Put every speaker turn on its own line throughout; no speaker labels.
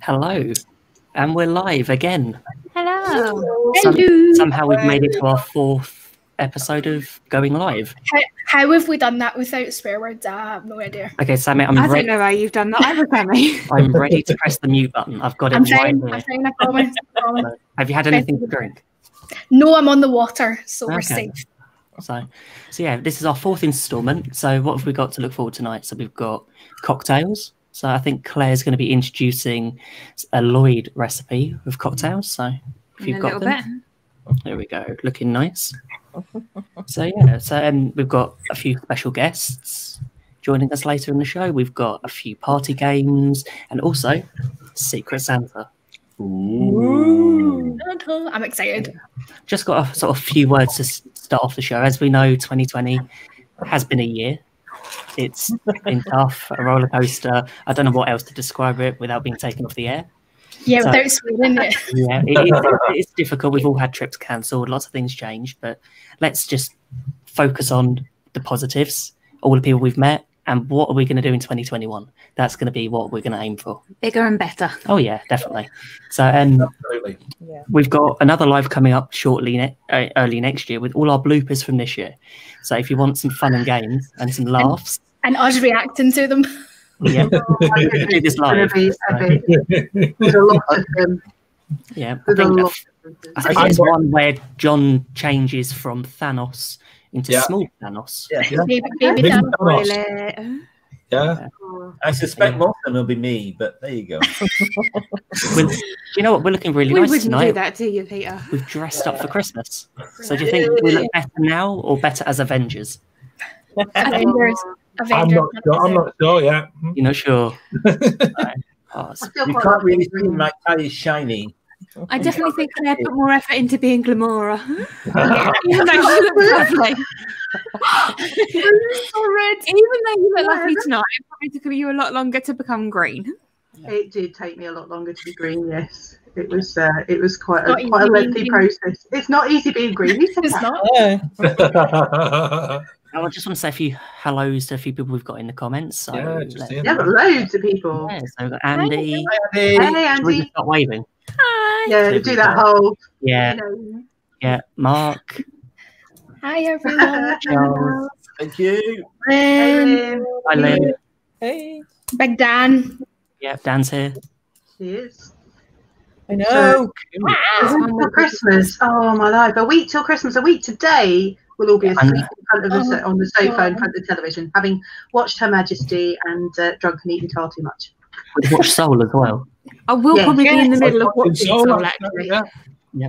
Hello. And we're live again.
Hello.
Some-
Hello.
Somehow we've made it to our fourth episode of going live.
How have we done that without swear words? I have no idea.
Okay, Sammy,
I
I'm,
don't
re-
know why you've done that either, Sammy.
I'm ready to press the mute button. I've got it
I'm
right
fine. I'm
here.
fine. I promise. I promise.
Have you had anything to drink?
No, I'm on the water, so we're
Okay.
safe.
So, so yeah, this is our fourth instalment. So, what have we got to look forward to tonight? So, we've got cocktails. So, I think Claire's going to be introducing a Lloyd recipe of cocktails. So, if
In
you've
a
got
little
them,
bit.
There we go, looking nice. so yeah, so um, we've got a few special guests joining us later in the show. We've got a few party games and also Secret Santa.
Ooh.
I'm excited.
Just got a sort of few words to s- start off the show. As we know, 2020 has been a year. It's been tough, a roller coaster. I don't know what else to describe it without being taken off the air.
Yeah,
So-
without swearing it.
Yeah, it is, it's difficult. We've all had trips cancelled, lots of things changed, but let's just focus on the positives, all the people we've met, and what are we going to do in 2021? That's going to be what we're going to aim for.
Bigger and better.
Oh, yeah, definitely. So, um,
Absolutely.
we've got another live coming up shortly, ne- uh, early next year, with all our bloopers from this year. So, if you want some fun and games and some laughs,
And us reacting to them.
yeah, we're going to do this
Gonna
live.
be epic. There's a lot of them.
Yeah, I
There's a
think
lot.
that
of them.
I think
I'm
there's
wor-
one where John changes from Thanos into
Yeah.
small Thanos.
Yeah.
Maybe, maybe
Big
that.
Thanos.
Really?
Yeah. I suspect
Yeah.
most of them will be me, but there you go.
We'll, you know what? We're looking really
we
nice
wouldn't do
tonight.
that to you, Peter.
We've dressed up for Christmas. So do you think we look better now or better as Avengers?
Avengers.
I'm
Avengers.
not sure. I'm not sure yet.
You're not sure. Right. Oh, it's-
I feel
You
quite
can't really see
lucky.
my tie is shiny.
I definitely think Claire put more effort into being Glamora. Even though she looks lovely.
so red.
Even though you look lovely tonight, it probably took you a lot longer to become green.
It did take me a lot longer to be green. Yes, it was. Uh, it was quite
Not
a, quite a
easy being
lengthy
green.
process. It's not easy being green. You said
It's
that.
not.
yeah,
I just want to say a few hellos to a few people we've got in the comments. So
just
let's-
saying
Yeah,
that.
but loads of people.
yeah, so we've got Andy.
Hey,
Should we just
Andy.
start waving.
Hi.
Yeah, do that whole.
Yeah,
You
yeah. Mark,
Hi, everyone.
know.
Charles,
Thank you.
Um,
Um,
hi, Lynn.
Hey,
Big Dan.
Yeah, Dan's here.
cheers.
I know.
A week till Christmas. Oh my life! A week till Christmas. A week today. We'll all be
I know.
asleep in front of us
Oh,
on the sofa in
God.
front of the television, having watched Her Majesty and uh, drunk and eaten far too much.
We've watched Soul as well.
I will
Yeah.
probably be in the
Yes.
middle of
Fucking
watching
soul,
Soul, actually.
yeah.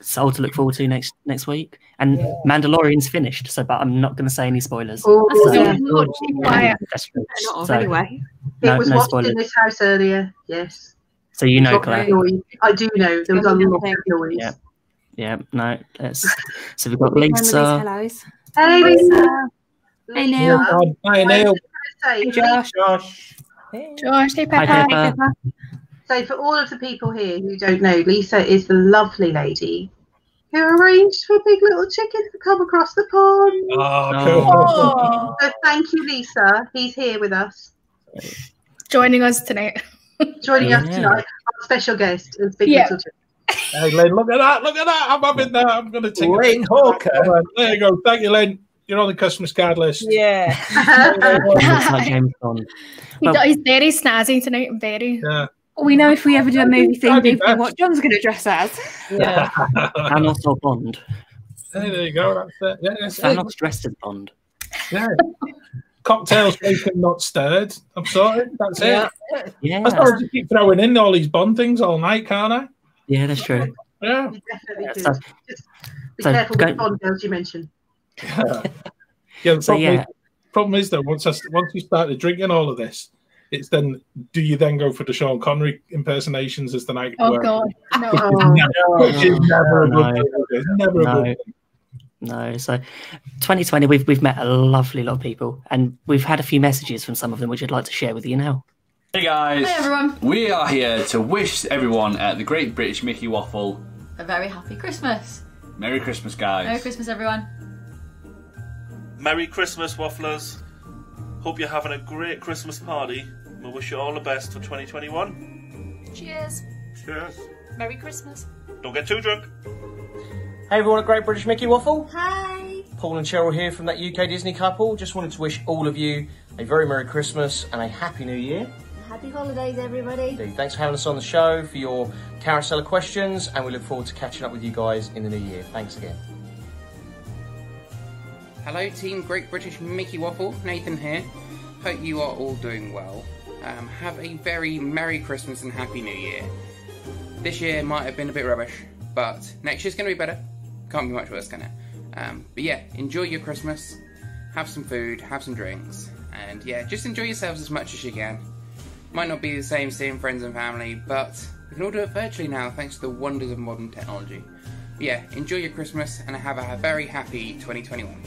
Soul to look forward to next next week. And Mandalorian's finished. So, but I'm not going to say any spoilers.
I
Oh,
still
yeah.
haven't watched it.
Why?
Why?
Yeah, that's true.
Not of
So-
anyway.
No,
it was
no
watched
spoilers.
in this house earlier. Yes.
So you know,
Got
Claire.
noise. I do know. There was a
Yeah.
lot of noise.
Yeah. Yeah, no. That's, so we've got
Memories,
Lisa.
hellos.
Hey, Lisa.
Hey, Neil.
Lisa.
God, Bye, Neil.
Say,
Josh.
Josh.
Hey.
Josh. Hey,
Hi,
Peppa.
Peppa.
so, for all of the people here who don't know, Lisa is the lovely lady who arranged for Big Little Chicken to come across the pond.
Oh, cool.
So, thank you, Lisa. He's here with us,
Joining us tonight.
joining us
Yeah.
tonight. Our special guest is Big
Yeah.
Little Chicken.
Hey, Len, look at that. Look at that. I'm having that. I'm going to take it.
Wayne Hawker.
There you go. Thank you, Len. You're on the Christmas card list.
Yeah.
Looks like James Bond.
He
Well-
got- he's very snazzy tonight. Very.
Yeah.
We know if we ever do a movie theme,
That'd be
we know
best.
what John's going to dress as.
Yeah.
hey,
Thanos or Bond?
there you go. That's it. Yeah, that's it.
Thanos dressed as Bond.
Yeah. Cocktails shaken, not stirred. I'm sorry. That's
Yeah.
it.
Yeah,
I started to keep throwing in all these Bond things all night, can't I?
yeah, that's true.
Yeah.
You definitely
Yeah,
do.
so-
Just be
so
careful
go-
with Bond girls you mentioned.
Yeah.
So
The problem,
yeah,
Is, problem is though, once I, once you started drinking all of this, it's then do you then go for the Sean Connery impersonations as the night?
Oh
wears?
God. No.
Oh,
Which is never a
No.
good thing. It's never a
No.
good thing.
no. So, 2020, we've we've met a lovely lot of people, and we've had a few messages from some of them, which I'd like to share with you now.
Hey guys,
Hi everyone,
we are here to wish everyone at the Great British Mickey Waffle
a very happy Christmas.
Merry Christmas, guys.
Merry Christmas, everyone.
Merry Christmas, Wafflers. Hope you're having a great Christmas party. We wish you all the best for 2021.
Cheers.
Cheers.
Merry Christmas.
Don't get too drunk.
Hey everyone at Great British Mickey Waffle.
Hi.
Paul and Cheryl here from that UK Disney couple. Just wanted to wish all of you a very Merry Christmas and a Happy New Year.
Happy holidays, everybody.
Indeed, Thanks for having us on the show for your carousel of questions, and we look forward to catching up with you guys in the new year. Thanks again.
Hello, Team Great British Mickey Waffle. Nathan here. Hope you are all doing well. Um, have a very Merry Christmas and Happy New Year. This year might have been a bit rubbish, but next year's going to be better. Can't be much worse, can it? Um, but yeah, enjoy your Christmas. Have some food, have some drinks, and yeah, just enjoy yourselves as much as you can. Might not be the same seeing friends and family, but we can all do it virtually now thanks to the wonders of modern technology. But yeah, enjoy your Christmas and have a very happy 2021.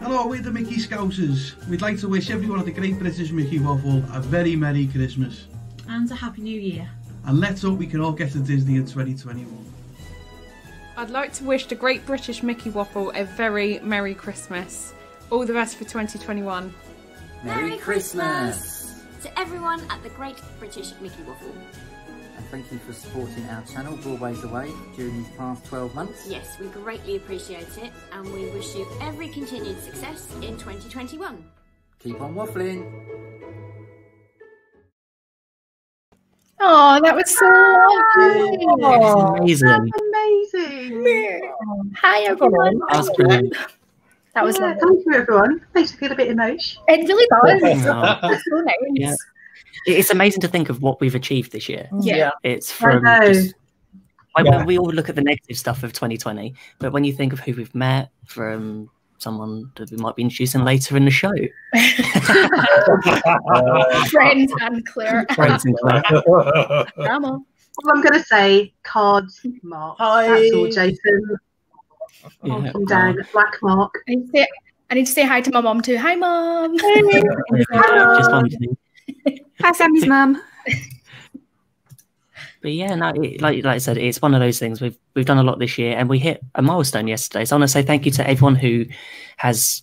Hello, we're the Mickey Scousers. We'd like to wish everyone at the Great British Mickey Waffle a very Merry Christmas.
And a Happy New Year.
And let's hope we can all get to Disney in 2021.
I'd like to wish the Great British Mickey Waffle a very Merry Christmas. All the best for 2021.
Merry Christmas.
To everyone at the Great British Mickey Waffle.
And thank you for supporting our channel, Broadways Away, during these past 12 months.
Yes, we greatly appreciate it and we wish you every continued success in 2021.
Keep on waffling.
Oh, that was so lovely.
Amazing.
Amazing.
Hi everyone.
That's brilliant.
That was
Yeah,
lovely.
Thank you, everyone. Makes me feel a bit emotional.
It really does.
Wow.
That's so nice.
Yeah. It- It's amazing to think of what we've achieved this year.
Yeah. Yeah.
It's
I
from
know.
just, like,
Yeah.
when we all look at the negative stuff of 2020, but when you think of who we've met from someone that we might be introducing later in the show.
Friends and Claire.
Friends and
Grandma.
All
I'm going to say cards mark. That's all, Jason.
Yeah.
Come down, black mark.
I need to say, I need to say hi to my mom too. Hi, mom.
Just one thing.
Hi, Sammy's mum.
But yeah, no, it, like like I said, it's one of those things we've we've done a lot this year, and we hit a milestone yesterday. So I want to say thank you to everyone who has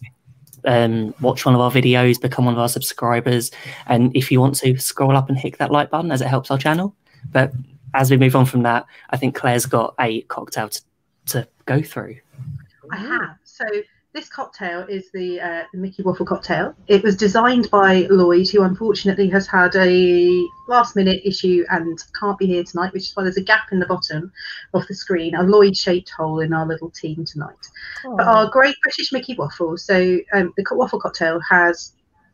um, watched one of our videos, become one of our subscribers, and if you want to scroll up and hit that like button, as it helps our channel. But as we move on from that, I think Claire's got a cocktail to, to go through.
I have. So this cocktail is the, uh, the Mickey Waffle cocktail. It was designed by Lloyd, who unfortunately has had a last minute issue and can't be here tonight, which is why there's a gap in the bottom of the screen, a Lloyd shaped hole in our little team tonight. But
Aw.
our great British Mickey Waffle. So um, the co- waffle cocktail has,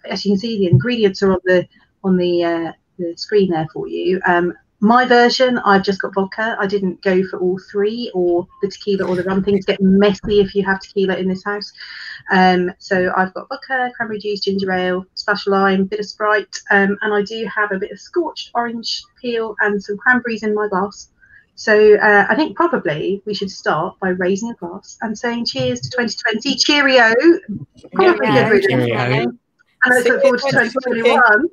as you can see, the ingredients are on the on the uh, the screen there for you. Um, my version, I've just got vodka. I didn't go for all three or the tequila or the rum. Things get messy if you have tequila in this house. Um, so I've got vodka, cranberry juice, ginger ale, splash of lime, bit of Sprite, um, and I do have a bit of scorched orange peel and some cranberries in my glass. So uh, I think probably we should start by raising a glass and saying cheers to 2020. Cheerio. Probably
Yeah.
good riddance.
Cheerio.
And I look forward to 2021.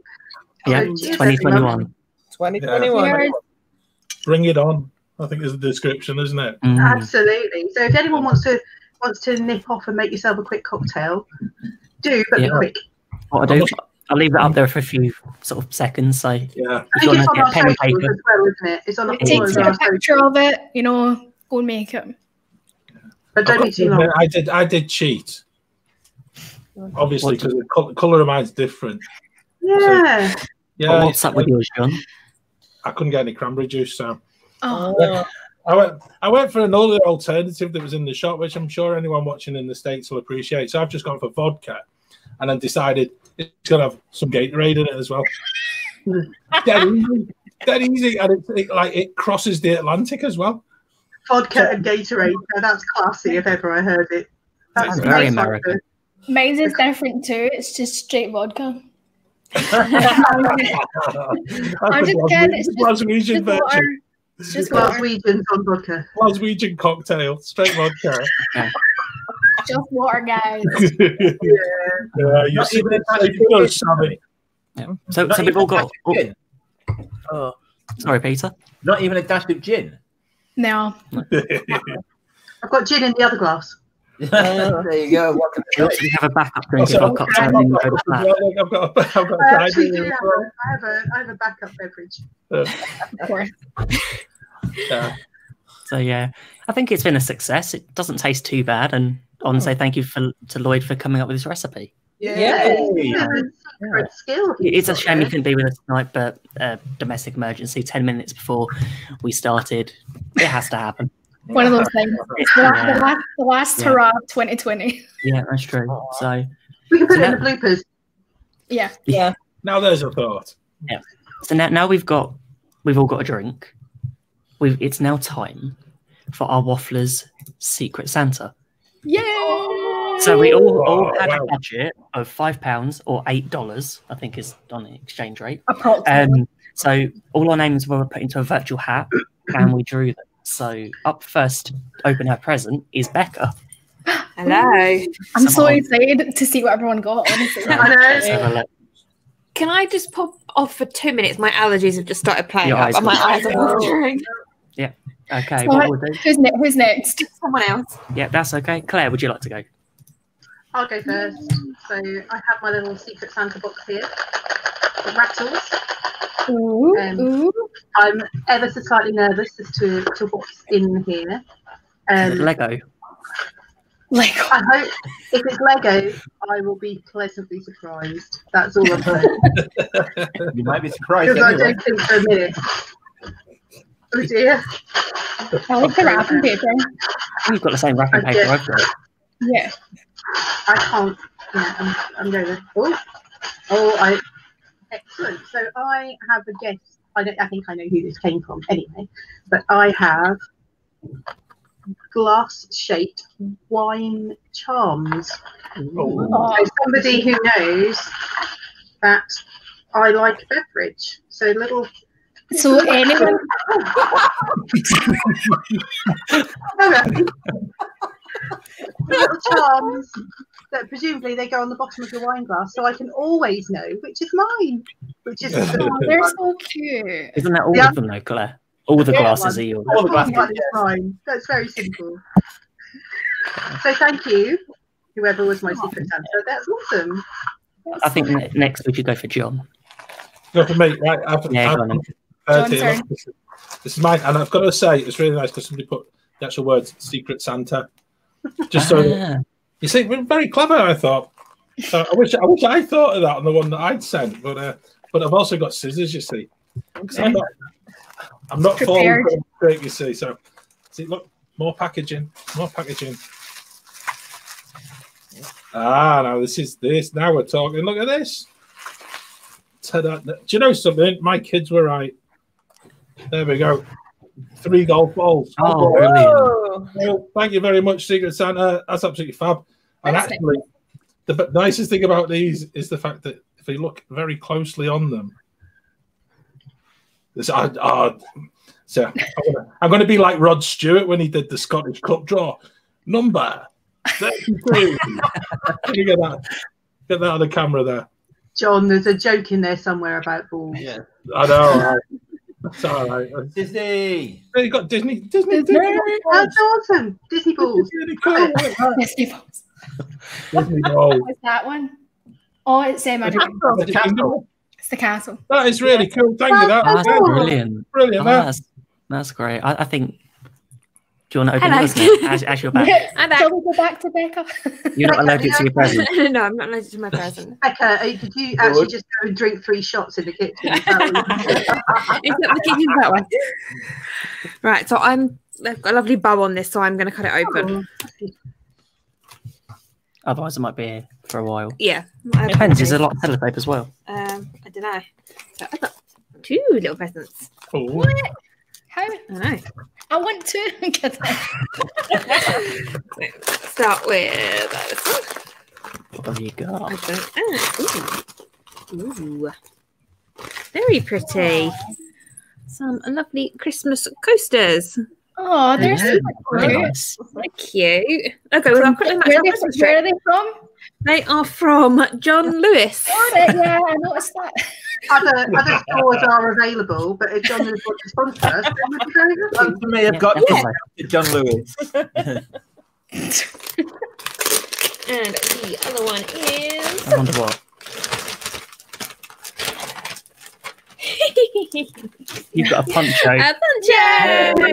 Yeah,
cheers,
2021.
2021.
Cheers.
Bring it on. I think is the description, isn't it?
Mm.
Absolutely. So if anyone wants to wants to nip off and make yourself a quick cocktail, do but be
Yeah.
quick.
What I do, I'll leave it up there for a few sort of seconds. So
yeah.
I
if you
think
want
it's
to
on
get
our
pen and
socials
paper,
as well, isn't it? It's on all
Take
of
take
our
a picture of it, you know, go and make it.
But
I've
don't
got
be
to
too long.
admit, I did. I did cheat. Obviously, because the col- colour of mine's different.
Yeah.
Yeah.
Oh, what's up with yours, John?
I couldn't get any cranberry juice, so
Oh.
I went. I went for another alternative that was in the shop, which I'm sure anyone watching in the states will appreciate. So I've just gone for vodka, and then decided it's gonna have some Gatorade in it as well. dead easy, dead easy, and it's it, like it crosses the Atlantic as well.
Vodka and Gatorade. So that's classy if ever I heard it. That's
That's very
that's like
American.
Mine's is different too. It's just straight vodka.
That's the
just kidding,
Glaswegian-
it's just-
Glaswegian
just water.
version.
It's just water.
Glaswegians on vodka.
Glaswegian cocktail, straight vodka.
Just water, guys.
Yeah, you're
Not even
so good, Sammy.
So,
Not
so we've
even
all
a
got.
dash of
oh,
gin. Oh,
sorry, Peter. Uh,
not even a dash of gin.
No.
I've got gin in the other glass.
there you go. What can I
We
say?
actually have a backup drink if I've got time in over flat.
I've got, I've got, I've
Uh,
got
I
a
actually do
tidy-
have a, I have a, I have a backup beverage.
Yeah.
So yeah, I think it's been a success. It doesn't taste too bad, and I want to say thank you for, to Lloyd for coming up with this recipe.
Yeah. Secret skill.
It's a shame he couldn't be with us tonight, but uh, domestic emergency. Ten minutes before we started, it has to happen.
One of those things. The last, the last, the last
Yeah.
hurrah of 2020.
Yeah, that's true. So
we can put it in the bloopers.
Yeah.
yeah.
Now there's a thought.
Yeah. So now, now we've got we've all got a drink. We've it's now time for our wafflers' secret Santa. Oh.
Yay!
So we all all had a budget of five pounds or eight dollars, I think is on the exchange rate.
Approximately.
Um, so all our names were put into a virtual hat, and we drew them. So up first, to open her present is Becca.
Hello. I'm so
Someone-
excited to see what everyone got, honestly.
Let's have a look.
Can I just pop off for two minutes? My allergies have just started playing
Your
up,
eyes
and my
got-
eyes are watering.
Yeah. Okay. What we'll do?
who's, ne- who's next?
Someone else.
Yeah, that's okay. Claire, would you like to go?
I'll go first. So I have my little secret Santa box here. It rattles. Um, I'm ever so slightly nervous as to, to what's in here. Um,
Lego.
Lego. I hope if it's Lego, I will be pleasantly surprised. That's all I'm hoping.
You might be surprised.
Because I
Anyway.
don't think for a minute. Oh dear.
I like the wrapping paper.
You've got the same wrapping
I
paper
did.
I've got.
Yeah.
I can't. Yeah, I'm, I'm going with. Oh, oh, I. Excellent. So I have a guess. I don't. I think I know who this came from. Anyway, but I have glass-shaped wine charms.
Oh.
So somebody who knows that I like beverage. So little.
So anyone-
Hello. little charms that presumably they go on the bottom of your wine glass, so I can always know which is mine. Which is
Oh, they're so cute.
Isn't that all
Yeah.
of them though, Claire? All the
Yeah,
glasses are
one.
yours.
One is mine. That's very simple. So thank you, whoever was my secret Santa. That's awesome.
I think ne- next we should go for John.
Go for me. Right, I've,
Yeah,
I've,
go on then.
uh,
John's
Taylor,
turn.
this is- this is mine, and I've got to say it's really nice because somebody put the actual words "Secret Santa," just so that- you see, we're very clever. I thought. So I wish I wish I thought of that on the one that I'd sent, but uh, but I've also got scissors. You see, 'Cause I'm not, I'm not falling
Prepared.
for a mistake. You see, so see, look, more packaging, more packaging. Ah, now this is this. Now we're talking. Look at this. Ta-da. Do you know something? My kids were right. There we go. Three golf balls.
Oh, brilliant.
Well, thank you very much, Secret Santa. That's absolutely fab. And
Thanks, Nick.
actually, the b- nicest thing about these is the fact that if you look very closely on them, there's odd. odd. So I'm gonna,
Oh,
I'm gonna be like Rod Stewart when he did the Scottish Cup draw. Number 32. you get that, get that on the camera there.
John, there's a joke in there somewhere about balls.
Yeah.
I know. It's all right. Disney. You got Disney. Disney. Disney.
That's awesome. Disney balls.
Disney balls.
Disney balls.
What's that one? Oh, it's um,
Is it- is it Kingdom?
It's the castle.
That is really cool. Thank you. That
Oh, that's
yeah,
brilliant.
Brilliant.
Oh,
that.
that's, that's great. I, I think. Do you want to open
Hello.
yours now? as, as you're back?
I'm back.
Shall we go back to Becca?
You're not allergic to your present.
no, I'm not allergic to my present.
Becca, uh, did you actually just go and drink three shots in the kitchen? Is that what
It's not the kitchen's that way. Right, so I'm. They've got a lovely bow on this, so I'm going to cut it
Oh.
open.
Otherwise, it might be here for a while.
Yeah.
Depends. There's a lot of telepaper as well.
Um, I don't know. So I got two little presents.
Oh.
What?
How? I
know.
I want to get that.
Start with uh, this one.
What have you got?
I don't know. Ooh. Ooh. Very pretty. Some lovely Christmas coasters.
Oh, they're so
Very
cute.
nice.
They're cute. Okay, well, I'll quickly match
where
up
they-
Christmas
where
tree. They are from John Lewis.
Oh, Yeah, I noticed that.
Other, other stores are available, but if John is want to sponsor us, then we'd be very happy.
You may have got
Yeah.
John Lewis.
And the other one is.
I wonder what. You've got a poncho.
A
Is
poncho!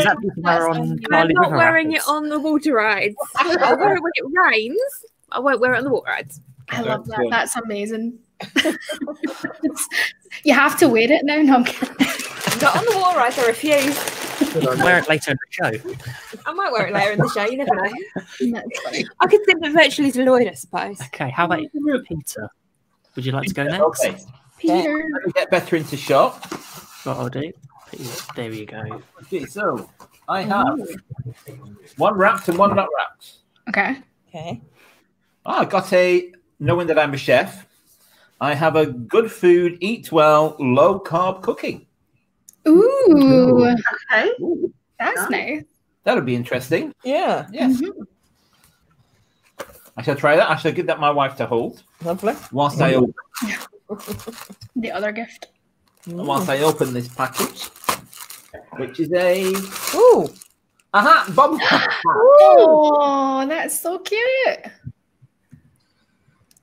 that because we're on
I'm
Carly
not
River
wearing
Rapids?
it on the water rides. I'll wear it when it rains. I won't wear it on the water rides.
I love that.
Excellent.
That's amazing. you have to wear it now. No, I'm kidding.
Not on the water rides, I refuse.
You can wear it later in the show.
I might wear it later in the show, you never know. I could send it virtually to Lloyd, I suppose.
Okay, how about Peter? Would you like to go next?
Okay. Peter.
Let me get better into shot.
What I'll do. Peter, There you go.
Okay, so I have one wrapped and one not wrapped.
Okay.
Okay.
Ah, I got a, knowing that I'm a chef, I have a good food, eat well, low carb cooking.
Ooh.
Okay.
That's nice.
That'll be interesting.
Yeah.
Yes.
Mm-hmm.
I shall try that. I shall give that my wife to hold.
Lovely.
Whilst I open,
The other gift.
whilst I open this package, which is a
ooh,
aha, bomb.
Oh, that's so cute.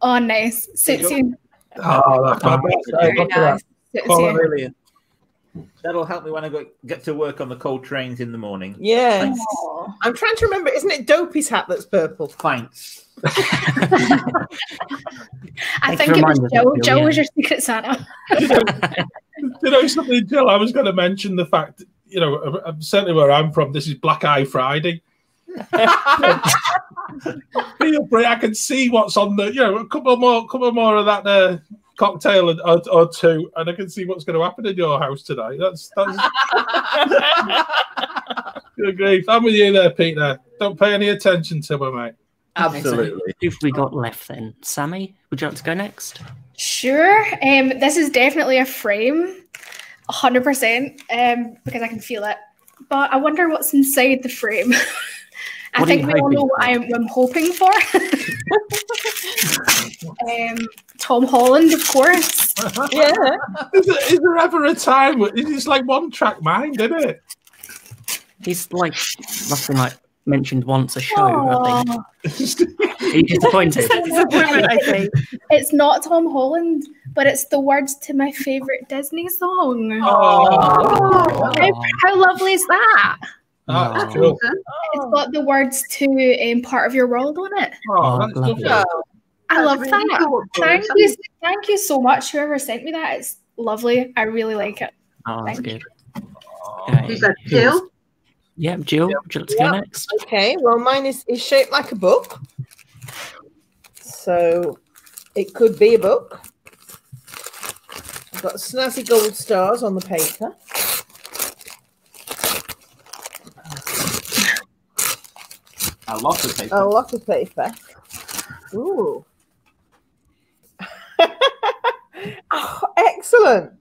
Oh, nice. Suits you.
Oh, that's my best.
Very
Look at that.
nice. Suits
Call
you.
it earlier. That'll help me when I go, get to work on the cold trains in the morning.
Yes. I'm trying to remember. Isn't it Dopey's hat that's purple?
Thanks.
I
Thanks
think
for
it was
reminding us,
Joe.
Bill,
Joe was
yeah.
your secret Santa.
you know something, Jill? I was going to mention the fact, you know, uh, uh, certainly where I'm from, this is Black Eye Friday. Feel free, I can see what's on the, you know, a couple more, couple more of that uh, cocktail and, or, or two, and I can see what's going to happen in your house tonight. That's that's good grief. I'm with you there, Peter. Don't pay any attention to me, mate.
Okay, so who've we got left then? Sammy, would you like to go next?
Sure. Um, this is definitely a frame, hundred percent. Um, because I can feel it. But I wonder what's inside the frame. I
What are
think
you hoping
we all know what I'm, I'm hoping for. um, Tom Holland, of course.
Yeah.
Is there, is there ever a time? where- It's like one track mind, isn't it?
He's like, must be like mentioned once a show, I think. Are you disappointed?
it's not Tom Holland, but it's the words to my favorite Disney song. How, how lovely is that?
Ah,
Oh,
That's cool.
It's got the words to um, "Part of Your World" on it.
Oh, that's lovely.
I love
really
that.
cool.
Thank you, thank you so much. Whoever sent me that, it's lovely. I really like it.
Oh, that's
Thank
good. Okay,
Who's that,
who else?
Jill?
Yeah, Jill, would you like to go
Yep.
next?
Okay, well, mine is, is shaped like a book. So it could be a book. I've got snazzy gold stars on the paper.
A lot of
Oh,
paper.
A lot of paper. Ooh. Oh, excellent.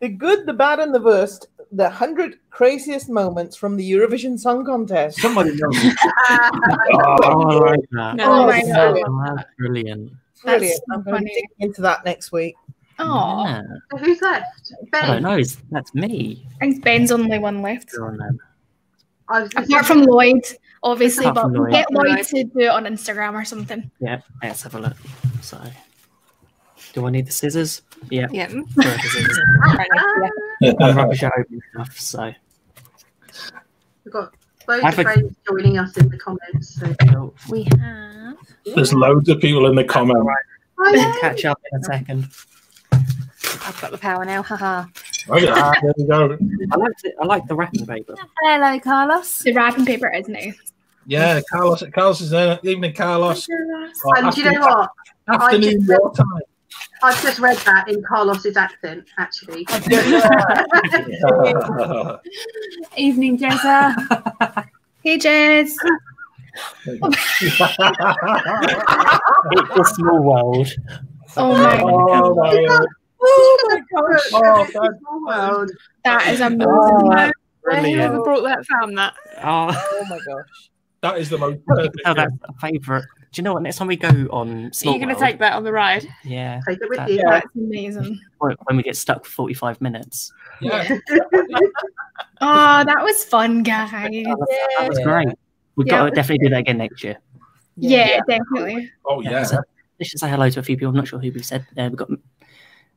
The good, the bad, and the worst. The 100 craziest moments from the Eurovision Song Contest.
Somebody knows.
Oh, I like that.
Oh, my God.
That's brilliant.
Brilliant. I'm going to dig into that next week.
Oh,
Yeah.
who's left?
I don't know. Is, that's me.
I think Ben's only one left,
Go on then.
apart from Lloyd, obviously.
Apart from
But we'll
Lloyd.
get Lloyd to do it on Instagram or something.
Yeah, let's have a look. So, do I need the scissors? Yeah.
Yeah.
Where are the scissors?
ah.
I'm rubbish at opening stuff, so.
We've got loads
I
of
think-
friends joining us in the comments. So.
We
have.
There's loads of people in the comments.
Catch up in a second.
I've got the power now, haha.
Look at that, Oh, there you go.
I like the, I like the wrapping paper.
Hello, Carlos.
The wrapping paper is nice.
Yeah, Carlos. Carlos is there. Evening, Carlos. Oh,
and do you know
afternoon-
what? I
Afternoon
just,
war time.
I've just read that in Carlos's accent, actually.
Evening, Jezza.
hey, Jez.
it's a small world.
Oh my
Oh, my God.
Oh my
Oh,
God.
That is amazing.
Oh,
Where whoever
brilliant.
brought that found that.
Oh,
Oh my gosh.
that is the most perfect.
oh, that's a favourite. Do you know what? Next time we go on
Are
Small
you going to
World,
take that on the ride?
yeah, that-
That's amazing.
when when we get stuck for 45 minutes.
Yeah.
oh, that was fun, guys.
That was great. We've got to
Yeah.
definitely do that again next year.
Yeah, definitely.
Oh yeah.
so let's just say hello to a few people. I'm not sure who we said. Uh, we've got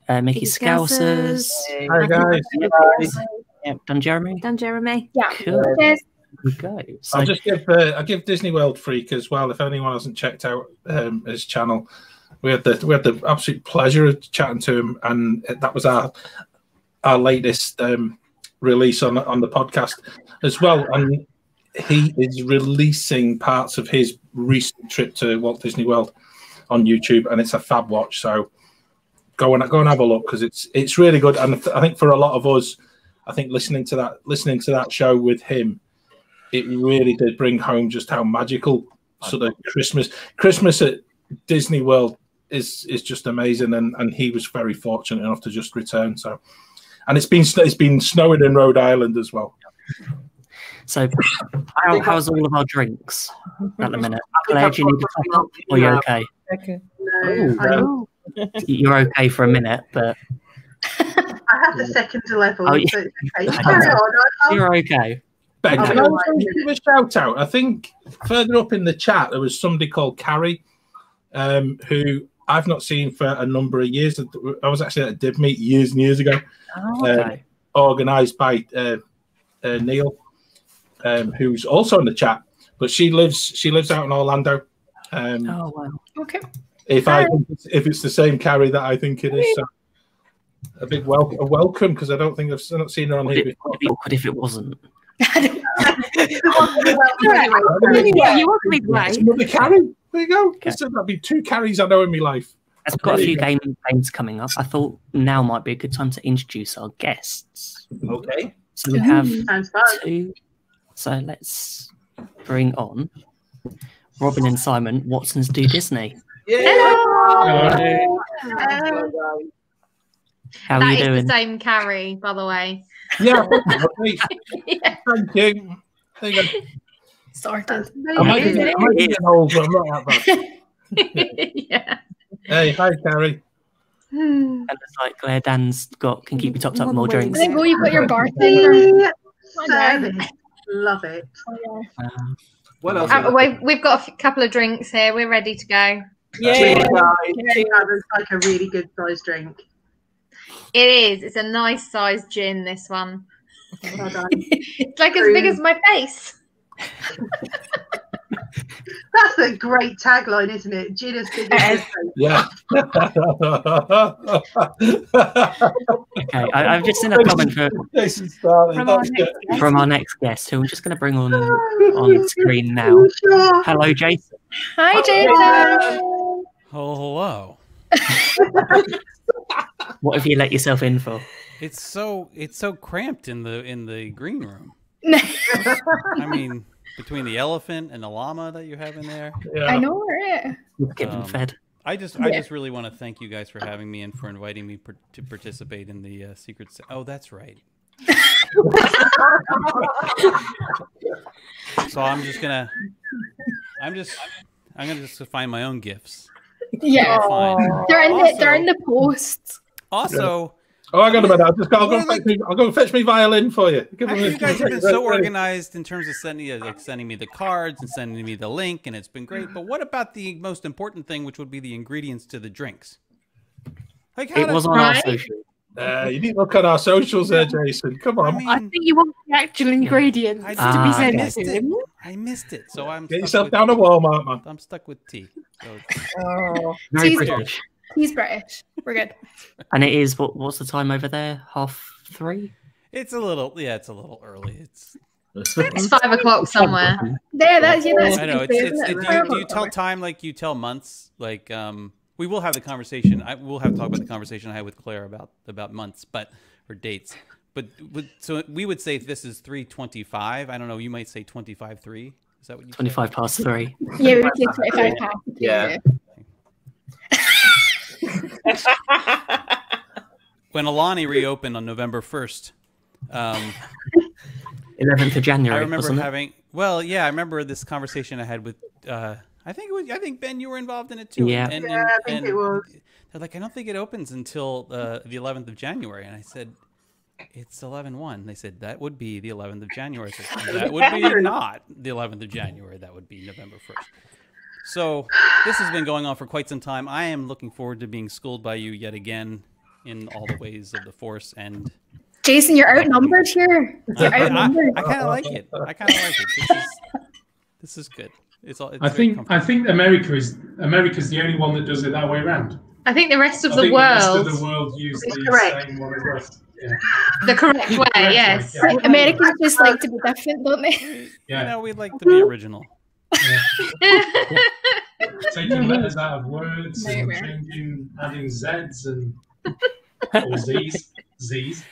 uh, Mickey
Mickey
Scousers.
Scousers.
Hi, guys.
Yeah, done Jeremy.
Done Jeremy.
Yeah.
Cool.
Cheers.
We go. So
I'll just give uh, I give Disney World Freak as well. If anyone hasn't checked out um, his channel, we had the we had the absolute pleasure of chatting to him, and that was our our latest um, release on on the podcast as well. And he is releasing parts of his recent trip to Walt Disney World on YouTube, and it's a fab watch. So go and go and have a look because it's it's really good. And I think for a lot of us, I think listening to that listening to that show with him it really did bring home just how magical sort of Christmas Christmas at Disney World is is just amazing, and and he was very fortunate enough to just return. So, and it's been it's been snowing in Rhode Island as well.
So, how, how's all of our drinks at the minute?
I think
Claire, do you need to top up, or Oh, you're okay?
Okay.
Ooh. You're okay for a minute, but
I have the second level.
Oh, yeah.
so it's okay. You carry on. I'll- I'll-
you're okay.
Ben,
can
Oh,
I
right.
also give a shout out? I think further up in the chat there was somebody called Carrie, um, who I've not seen for a number of years. I was actually at a div meet years and years ago,
Uh,
Oh, okay.
organised Um, by uh, uh, Neil, um, who's also in the chat. But she lives she lives out in Orlando. Um,
Oh wow.
Okay.
if I if it's the same Carrie that I think it is, so a big wel- a welcome because I don't think I've s- not seen her on here before.
It'd be awkward if it wasn't.
You want to be
It's another carry. There you go. So that'd be two carries I know in my life.
As we've got a
There
few
you go.
game, games coming up, I thought now might be a good time to introduce our guests.
Okay.
So we have
Sounds fun.
two. So let's bring on Robin and Simon. Watson's do Disney. Hello. How are
That
you
is
doing?
the same carry, by the way.
Yeah. okay. Thank you. There you go.
Sorted.
I might be, I might be getting old, but I'm not that bad. Hey, hi, Carrie.
And it's like Claire Dan's got can keep you topped up more drinks.
There you go. You've got your
The
bartender.
service. Love it.
What else?
Uh, we've, we've got a f- couple of drinks here. We're ready to go.
Cheers, guys. Cheers. That was like a really good sized drink.
It is. It's a nice size gin, this one.
Well done.
It's like as big as my face.
That's a great tagline, isn't it? Gin as big as
Yeah.
Okay, I, I've just seen a comment for,
Jason Starling.
From
that's it.
from our next guest, who I'm just going to bring on on screen now. Hello, Jason.
Hi, Jason.
Hello.
What have you let yourself in for?
It's so it's so cramped in the in the green room. I mean, between the elephant and the llama that you have in there.
I know, right?
Get them
Um,
fed.
I just I
Yeah.
just really want to thank you guys for having me and for inviting me par- to participate in the uh, secret. Se- oh, that's right. so I'm just gonna I'm just I'm gonna just find my own gifts.
Yeah.
Fine.
They're in the they're
Also-
in the post.
Also,
Oh, I got about that. I'll just go. I'll go,
Well,
and fetch me, I'll go and fetch me violin for you. Give
I
me
mean,
a-
you guys have been so
Ready?
organized in terms of sending you- like sending me the cards and sending me the link, and it's been great. But what about the most important thing, which would be the ingredients to the drinks? Like
It
does-
was on our social.
Uh, you need to look at our socials there, Jason. Come on.
I
think you want the actual ingredients
I
to be
just- I
sent
missed
to
it.
him.
I missed it, so I'm
Get
stuck
yourself
with-
down to Walmart, man.
I'm stuck with tea. So
Oh.
Very
He's-
British.
He's British. We're good.
And it is what? What's the time over there? Half three.
it's a little, yeah, it's a little early. It's
It's five o'clock somewhere.
There, that's yeah, that's
I know. It's,
pretty
it's,
good,
it- do,
isn't it?
you, do you tell time like you tell months? Like um, we will have the conversation. I will have to talk about the conversation I had with Claire about about months, but or dates. But would- so we would say if this is three twenty five. I don't know. You might say twenty five three. Is that what you?
Twenty five past three.
Yeah, we did twenty five pounds.
Yeah. When Alani reopened on November first, um,
Eleventh of January.
I remember
wasn't it?
having. Well, yeah, I remember this conversation I had with. Uh, I think it was. I think Ben, you were involved in it too.
Yeah.
and,
Yeah, I think it was.
They're like, I don't think it opens until uh, the 11th of January, and I said, it's 11-1. They said that would be the 11th of January. I said, that would be not the 11th of January. That would be November 1st. So this has been going on for quite some time. I am looking forward to being schooled by you yet again in all the ways of the Force. And
Jason, you're outnumbered here. You're
Uh, I,
outnumbered.
kind of like it. I kind of like it. This is, this is good. It's all. It's
I
very
think
comfortable.
I think America is America's the only one that does it that way around.
I think the rest of
I
the
think
world,
the rest of the world use
It's
the
correct.
same one as us. Yeah.
the correct way, yes.
Americans just like to be different, don't they?
Yeah.
You know, we'd like to be original.
Taking letters out of words and
Nowhere.
changing, adding Zs and or Zs, Zs.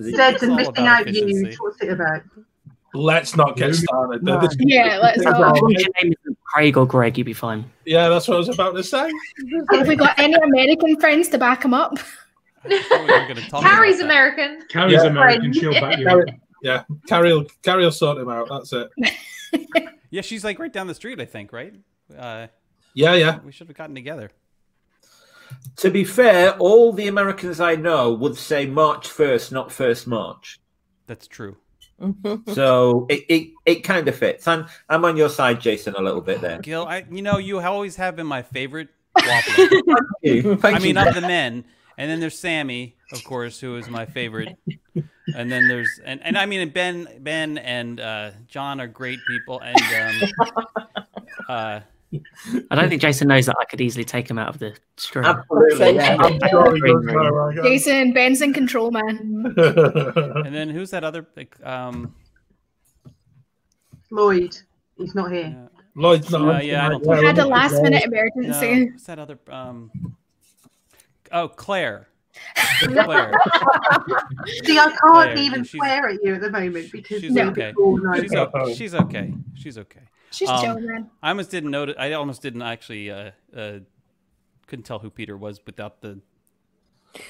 Zed's and missing out you. What's it about?
Let's not get started. though. This-
Yeah, let's
As long
not.
as your name isn't Craig or Greg, you'd be fine.
Yeah, that's what I was about to say.
Have we got any American friends to back him up?
Carrie's American.
Carrie's
American, she'll back you up.
Yeah, Carrie'll Carrie'll sort him out. That's it.
Yeah, she's like right down the street, I think, right? Uh,
Yeah, yeah.
we should have gotten together.
To be fair, all the Americans I know would say March 1st, not 1st March.
That's true.
so it, it, it kind of fits. I'm, I'm on your side, Jason, a little bit there.
Gil, I, you know, you always have been my favorite waffler.
you. Thank
I mean,
you.
of the men. And then there's Sammy, of course, who is my favorite. And then there's and, and I mean and Ben Ben and uh, John are great people. And um, uh,
I don't think Jason knows that I could easily take him out of the stream.
Absolutely, yeah.
I'm
Sure he
green
does,
room.
all right.
Jason, Ben's in control, man.
and then who's that other? like, Um,
Lloyd, he's not here.
Lloyd's not.
uh, yeah, I don't
We
think-
had a last minute
No,
emergency.
what's that other? Um, oh, Claire. Claire.
See, I
Claire,
can't even
she's-
swear at you at the moment because
She's
you're a
okay.
bit organised.
She's okay. She's okay. She's okay. Um,
She's children.
I almost didn't notice. I almost didn't actually. Uh, uh, couldn't tell who Peter was without the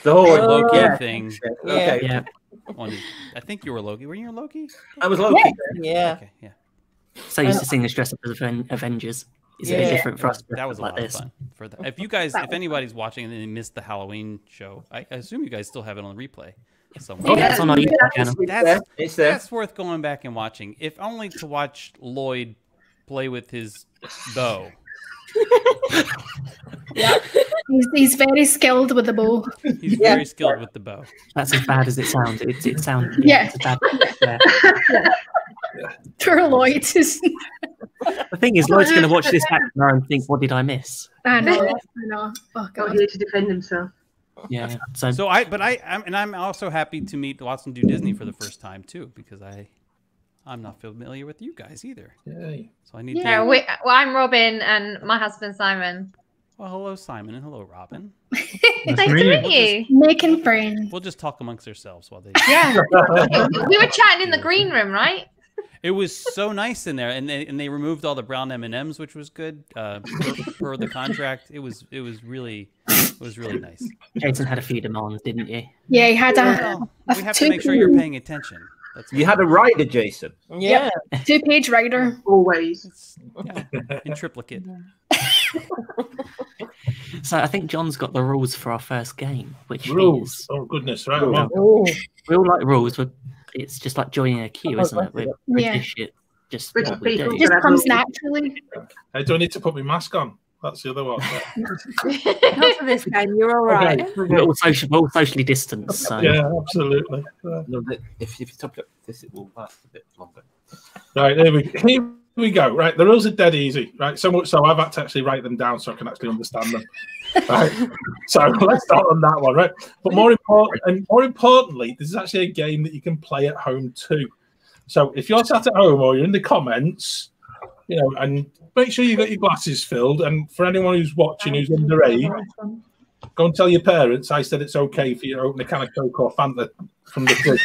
The whole
the Loki thing.
Yeah. Okay.
Yeah. On- I think you were Loki. Were you in Loki?
I was
Loki.
Yeah.
Okay. Yeah.
So
Uh,
used to seeing us dressed up as Aven- Avengers. It's a bit
Yeah.
different for us.
That was a
like
lot of
this.
fun for the, if you guys if anybody's watching and they missed the Halloween show, I I assume you guys still have it on replay somewhere.
Oh, yeah, it's on our Yeah, YouTube channel. it's
That's,
there. It's there.
that's worth going back and watching, if only to watch Lloyd play with his bow.
He's, he's very skilled with the bow.
He's
Yeah.
very skilled with the bow.
That's as bad as it sounds. It, it sounds.
Yeah.
it's bad. Yeah.
Poor Lloyd. is-
The thing is, Lloyd's going to watch this back tomorrow and think, "What did I miss?"
I know. I know. Oh, God.
here to defend himself.
Yeah.
So, I, but I, I'm, and I'm also happy to meet Watson Do Disney for the first time too, because I, I'm not familiar with you guys either. So I need. to,
No, we, well, I'm Robin and my husband Simon.
Well, hello Simon and hello Robin.
nice to meet you.
Making friends.
We'll just talk amongst ourselves while they.
Yeah. we were chatting in the green room, right?
It was so nice in there, and they and they removed all the brown M and M's, which was good uh, per, per the contract. It was it was really it was really nice.
Jason had a few demands, didn't you?
Yeah, he had a.
Well,
a
we have to make sure you're
two-
paying attention. That's
You had a rider, Jason.
Yeah. Two page writer.
Always.
in triplicate.
So I think John's got the rules for our first game, which
Rules.
is-
Oh goodness, right?
Rules.
well,
We all like rules, but it's just like joining a queue,
Oh,
isn't it? We're
right.
Yeah.
British. It just
British
what we
people
do.
do
Just comes naturally.
I do I need to put my mask on? That's the other one.
Not for this game. You're all right.
We're all, social, we're all socially distanced. So.
Yeah, absolutely.
No, but if, if you top up this, it will last a bit longer.
Right, there we, here we go. Right, the rules are dead easy. Right, so much so I've had to actually write them down so I can actually understand them. Right, so let's start on that one. Right, but more important, and more importantly, this is actually a game that you can play at home too. So if you're sat at home or you're in the comments, you know, and make sure you got your glasses filled. And for anyone who's watching who's underage, go and tell your parents I said it's okay for you to open a can of Coke or Fanta from the fridge.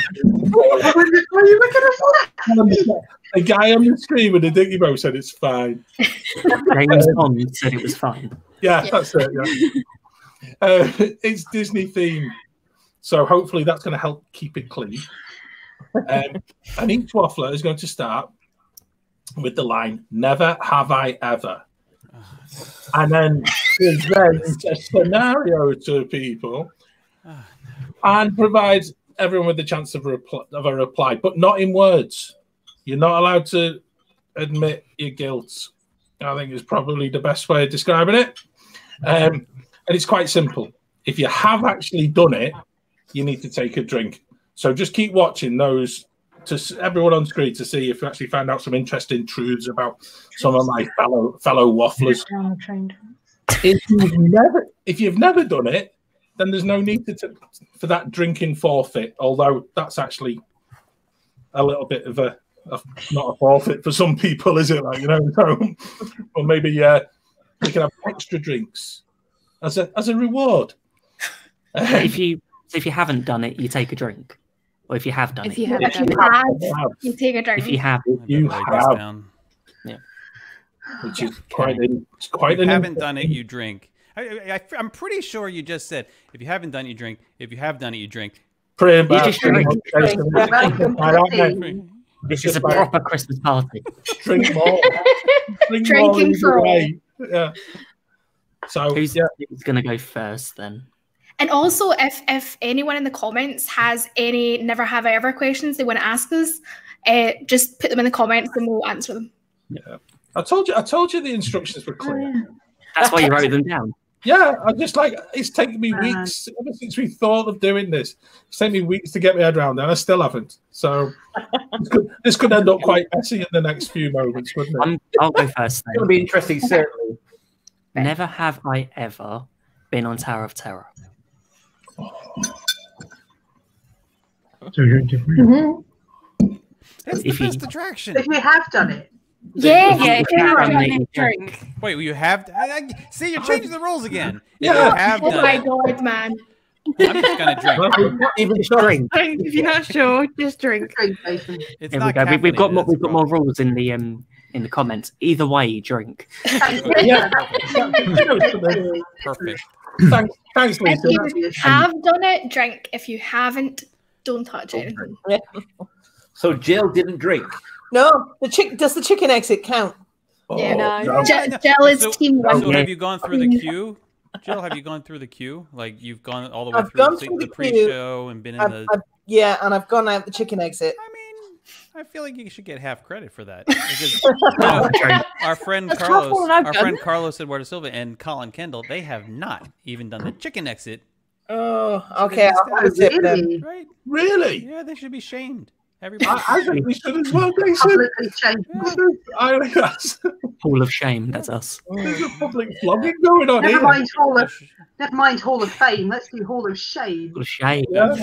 the guy on the screen with the dinky bow said it's fine.
James Bond said it was fine.
Yeah, that's it. yeah. Uh, it's Disney themed, so hopefully that's going to help keep it clean. Um, and each waffler is going to start with the line "Never have I ever," and then present a scenario to people, and provide everyone with the chance of, repl- of a reply, but not in words. You're not allowed to admit your guilt I think is probably the best way of describing it. Um, and it's quite simple. If you have actually done it, you need to take a drink. So just keep watching those to s- everyone on screen to see if you actually find out some interesting truths about some of my fellow fellow wafflers. If you've never, if you've never done it, then there's no need to, t- for that drinking forfeit. Although that's actually a little bit of a, a not a forfeit for some people, is it? Like you know, so, or maybe uh, we can have extra drinks as a as a reward.
So
Um,
if you so if you haven't done it, you take a drink, or if you have done
If
it,
you have,
if you
have, you take a drink.
if you have,
you have.
Yeah.
Which is quite in, it's
if
quite an
you haven't done it, you drink. I, I, am pretty sure you just said if you haven't done it, you drink. If you have done it, you drink.
Pretty
You
much.
just drink.
I don't know.
This is a proper Christmas party.
Drink more. Drink more
Drinking
either
for all.
way. Yeah. So
who's who's gonna go first then?
And also, if if anyone in the comments has any never have I ever questions they want to ask us, uh, just put them in the comments and we'll answer them.
Yeah. I told you. I told you the instructions were clear.
Oh,
That's why you wrote them down.
Yeah, I'm just like it's taken me weeks ever since we thought of doing this. It's taken me weeks to get my head around, and I still haven't. So this could, this could end up quite messy in the next few moments, wouldn't it?
I'm, I'll go first. Then.
It's gonna be interesting, certainly.
Never have I ever been on Tower of Terror.
Mm-hmm.
That's
If
the
you-
best attraction.
If you have done it.
Yeah,
yeah, if you have done it,
drink.
Wait, well, you have. To, I, I- see, you're changing the rules again. If
Yeah.
You have
oh
done
my
it.
god, man!
I'm just gonna drink.
even
drink.
If you're not sure, just drink.
It's
Here we go. We, we've got more, we've got more rules in the um in the comments. Either way, you drink.
yeah.
Perfect.
Thanks, thanks,
If
Lisa.
you have done it, drink. If you haven't, don't touch it.
So Jill didn't drink.
No, the chick. Does the chicken exit count?
Oh,
Oh.
Yeah,
no. no.
Je- Jell is
Oh, So,
team one.
so have you gone through the queue? Jill, have you gone through the queue? Like you've gone all the way
I've
through,
gone
the-
through
the,
the queue.
pre-show and been in
I've,
the.
I've, yeah, and I've gone out the chicken exit.
I feel like you should get half credit for that. because, you know, our friend
That's half
Carlos,
one I've
our
done.
friend Carlos Eduardo Silva, and Colin Kendall, they have not even done the chicken exit.
Oh, okay. I'll have a sip then.
Right?
Really?
Yeah, they should be shamed. Everybody.
I, I think we should as well, Jason.
Publicly shamed.
I think that's
Hall of Shame. That's us.
there's a public flogging going on
Never
here.
mind Hall of Never mind Hall of Fame. Let's do Hall of Shame.
Hall of Shame.
Yeah.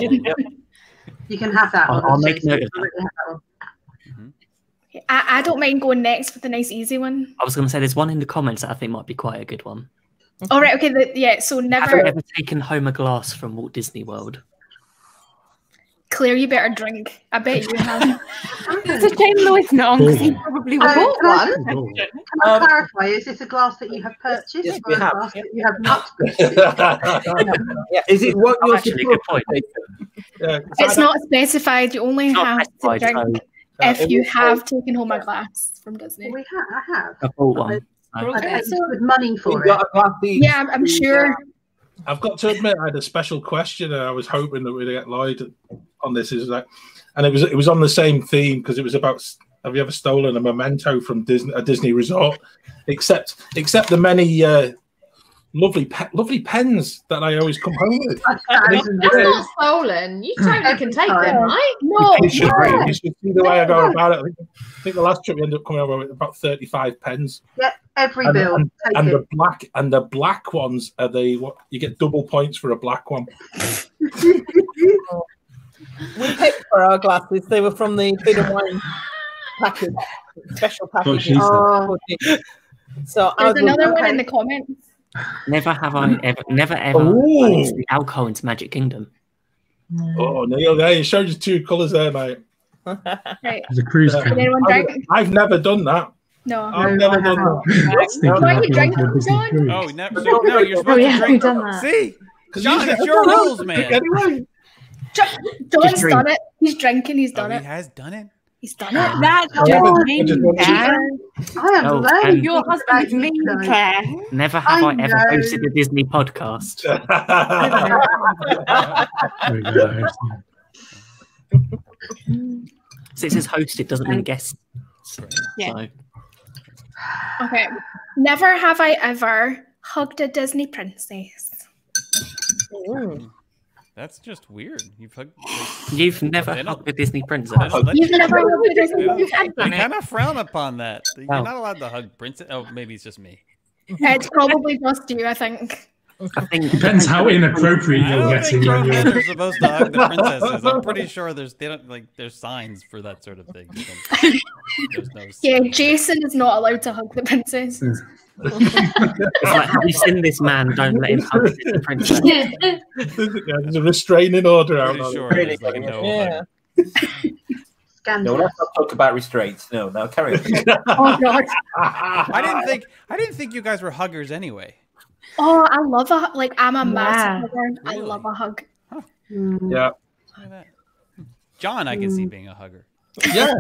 You can have that
I'll-
one.
I'll make
Jason.
note of
Absolutely have that one.
I, I don't mind going next with a nice easy one.
I was going to say there's one in the comments that I think might be quite a good one.
All right, okay, the, yeah. So
Have you
never
ever taken home a glass from Walt Disney World?
Claire, you better drink. I bet you have.
It's a shame Lloyd's not on because he probably would
Uh,
bought
can I-
one.
Can I clarify? Is this a glass that you have purchased
yes,
or
we
a
have,
glass that you have not?
Is it what you're
Actually, good point.
Yeah, 'cause I
It's
don't-
not specified. You only have to
specified,
drink
so-
if
Uh,
you
it was-
have taken home a glass from Disney.
We have. I have.
I bought one.
I
Okay,
paid
so-
with money for
We
it.
got a glass each.
Yeah, I'm, I'm sure.
I've got to admit, I had a special question, and I was hoping that we'd get Lloyd on this. Is like, and it was it was on the same theme because it was about s- have you ever stolen a memento from Disney a Disney resort, except except the many uh, lovely pe- lovely pens that I always come home with.
That's not stolen. You
Hmm.
totally can take them, right?
Oh,
No,
You should,
no.
you should see the way I go about it. I think, I think the last trip we ended up coming over with about thirty-five pens.
Yeah, every
And,
bill.
and,
Take
and
it.
the black and the black ones are the what you get double points for a black one.
We paid for our glasses. They were from the food and wine package, special
Oh,
What
package.
she said.
So I was-
There's another one in the comments.
Never have I ever, never ever
Ooh.
released the alcohol into Magic Kingdom.
Oh, Neil, there you showed you two colours there, mate.
Right.
It's a cruise.
Did anyone drink?
I've never done that.
No.
I've never done that.
Why are you drinking, John?
Oh, never. So, no, you're supposed
yeah,
to drink.
we've done that.
See,
'Cause
John,
you
it's
said-
your rules, man.
Anyway,
Jo- John's
drink.
done it. He's drinking. He's done
Oh, he
it.
has done it.
He's done it.
That's
I
your
haven't- I
mean,
just want to-
Claire.
I am
Oh,
learning
and-
Your
things about
husband's
you
mean,
guys.
Claire.
Never have
I
I, ever
know.
hosted a Disney podcast.
Oh
Since it says hosted, doesn't mean guest. So,
Yeah.
Okay. Never have I ever hugged a Disney princess.
That's just weird. You've hugged.
You've never hugged a Disney princess.
You've never hugged a Disney
You
princess.
kind of frown upon that. You're
Oh.
not allowed to hug princess. Oh, maybe it's just me.
It's probably just you, I think.
I think
Depends how inappropriate
I
you're
don't
getting
think
when
grown men are
you're.
supposed to hug the princesses. I'm pretty sure there's they don't like there's signs for that sort of thing. There's no
Yeah, Jason is not allowed to hug the princess.
It's like, have you seen this man? Don't let him hug a Disney princess.
Yeah, there's a restraining order out on
sure
it.
Yeah.
No, let's not talk about restraints. No, no, carry on.
oh god.
I didn't think I didn't think you guys were huggers anyway.
Oh, I love a hu- like I'm a
Yeah.
massive hugger. I love a hug.
Mm.
Yeah.
John, I can see being a hugger.
Yeah.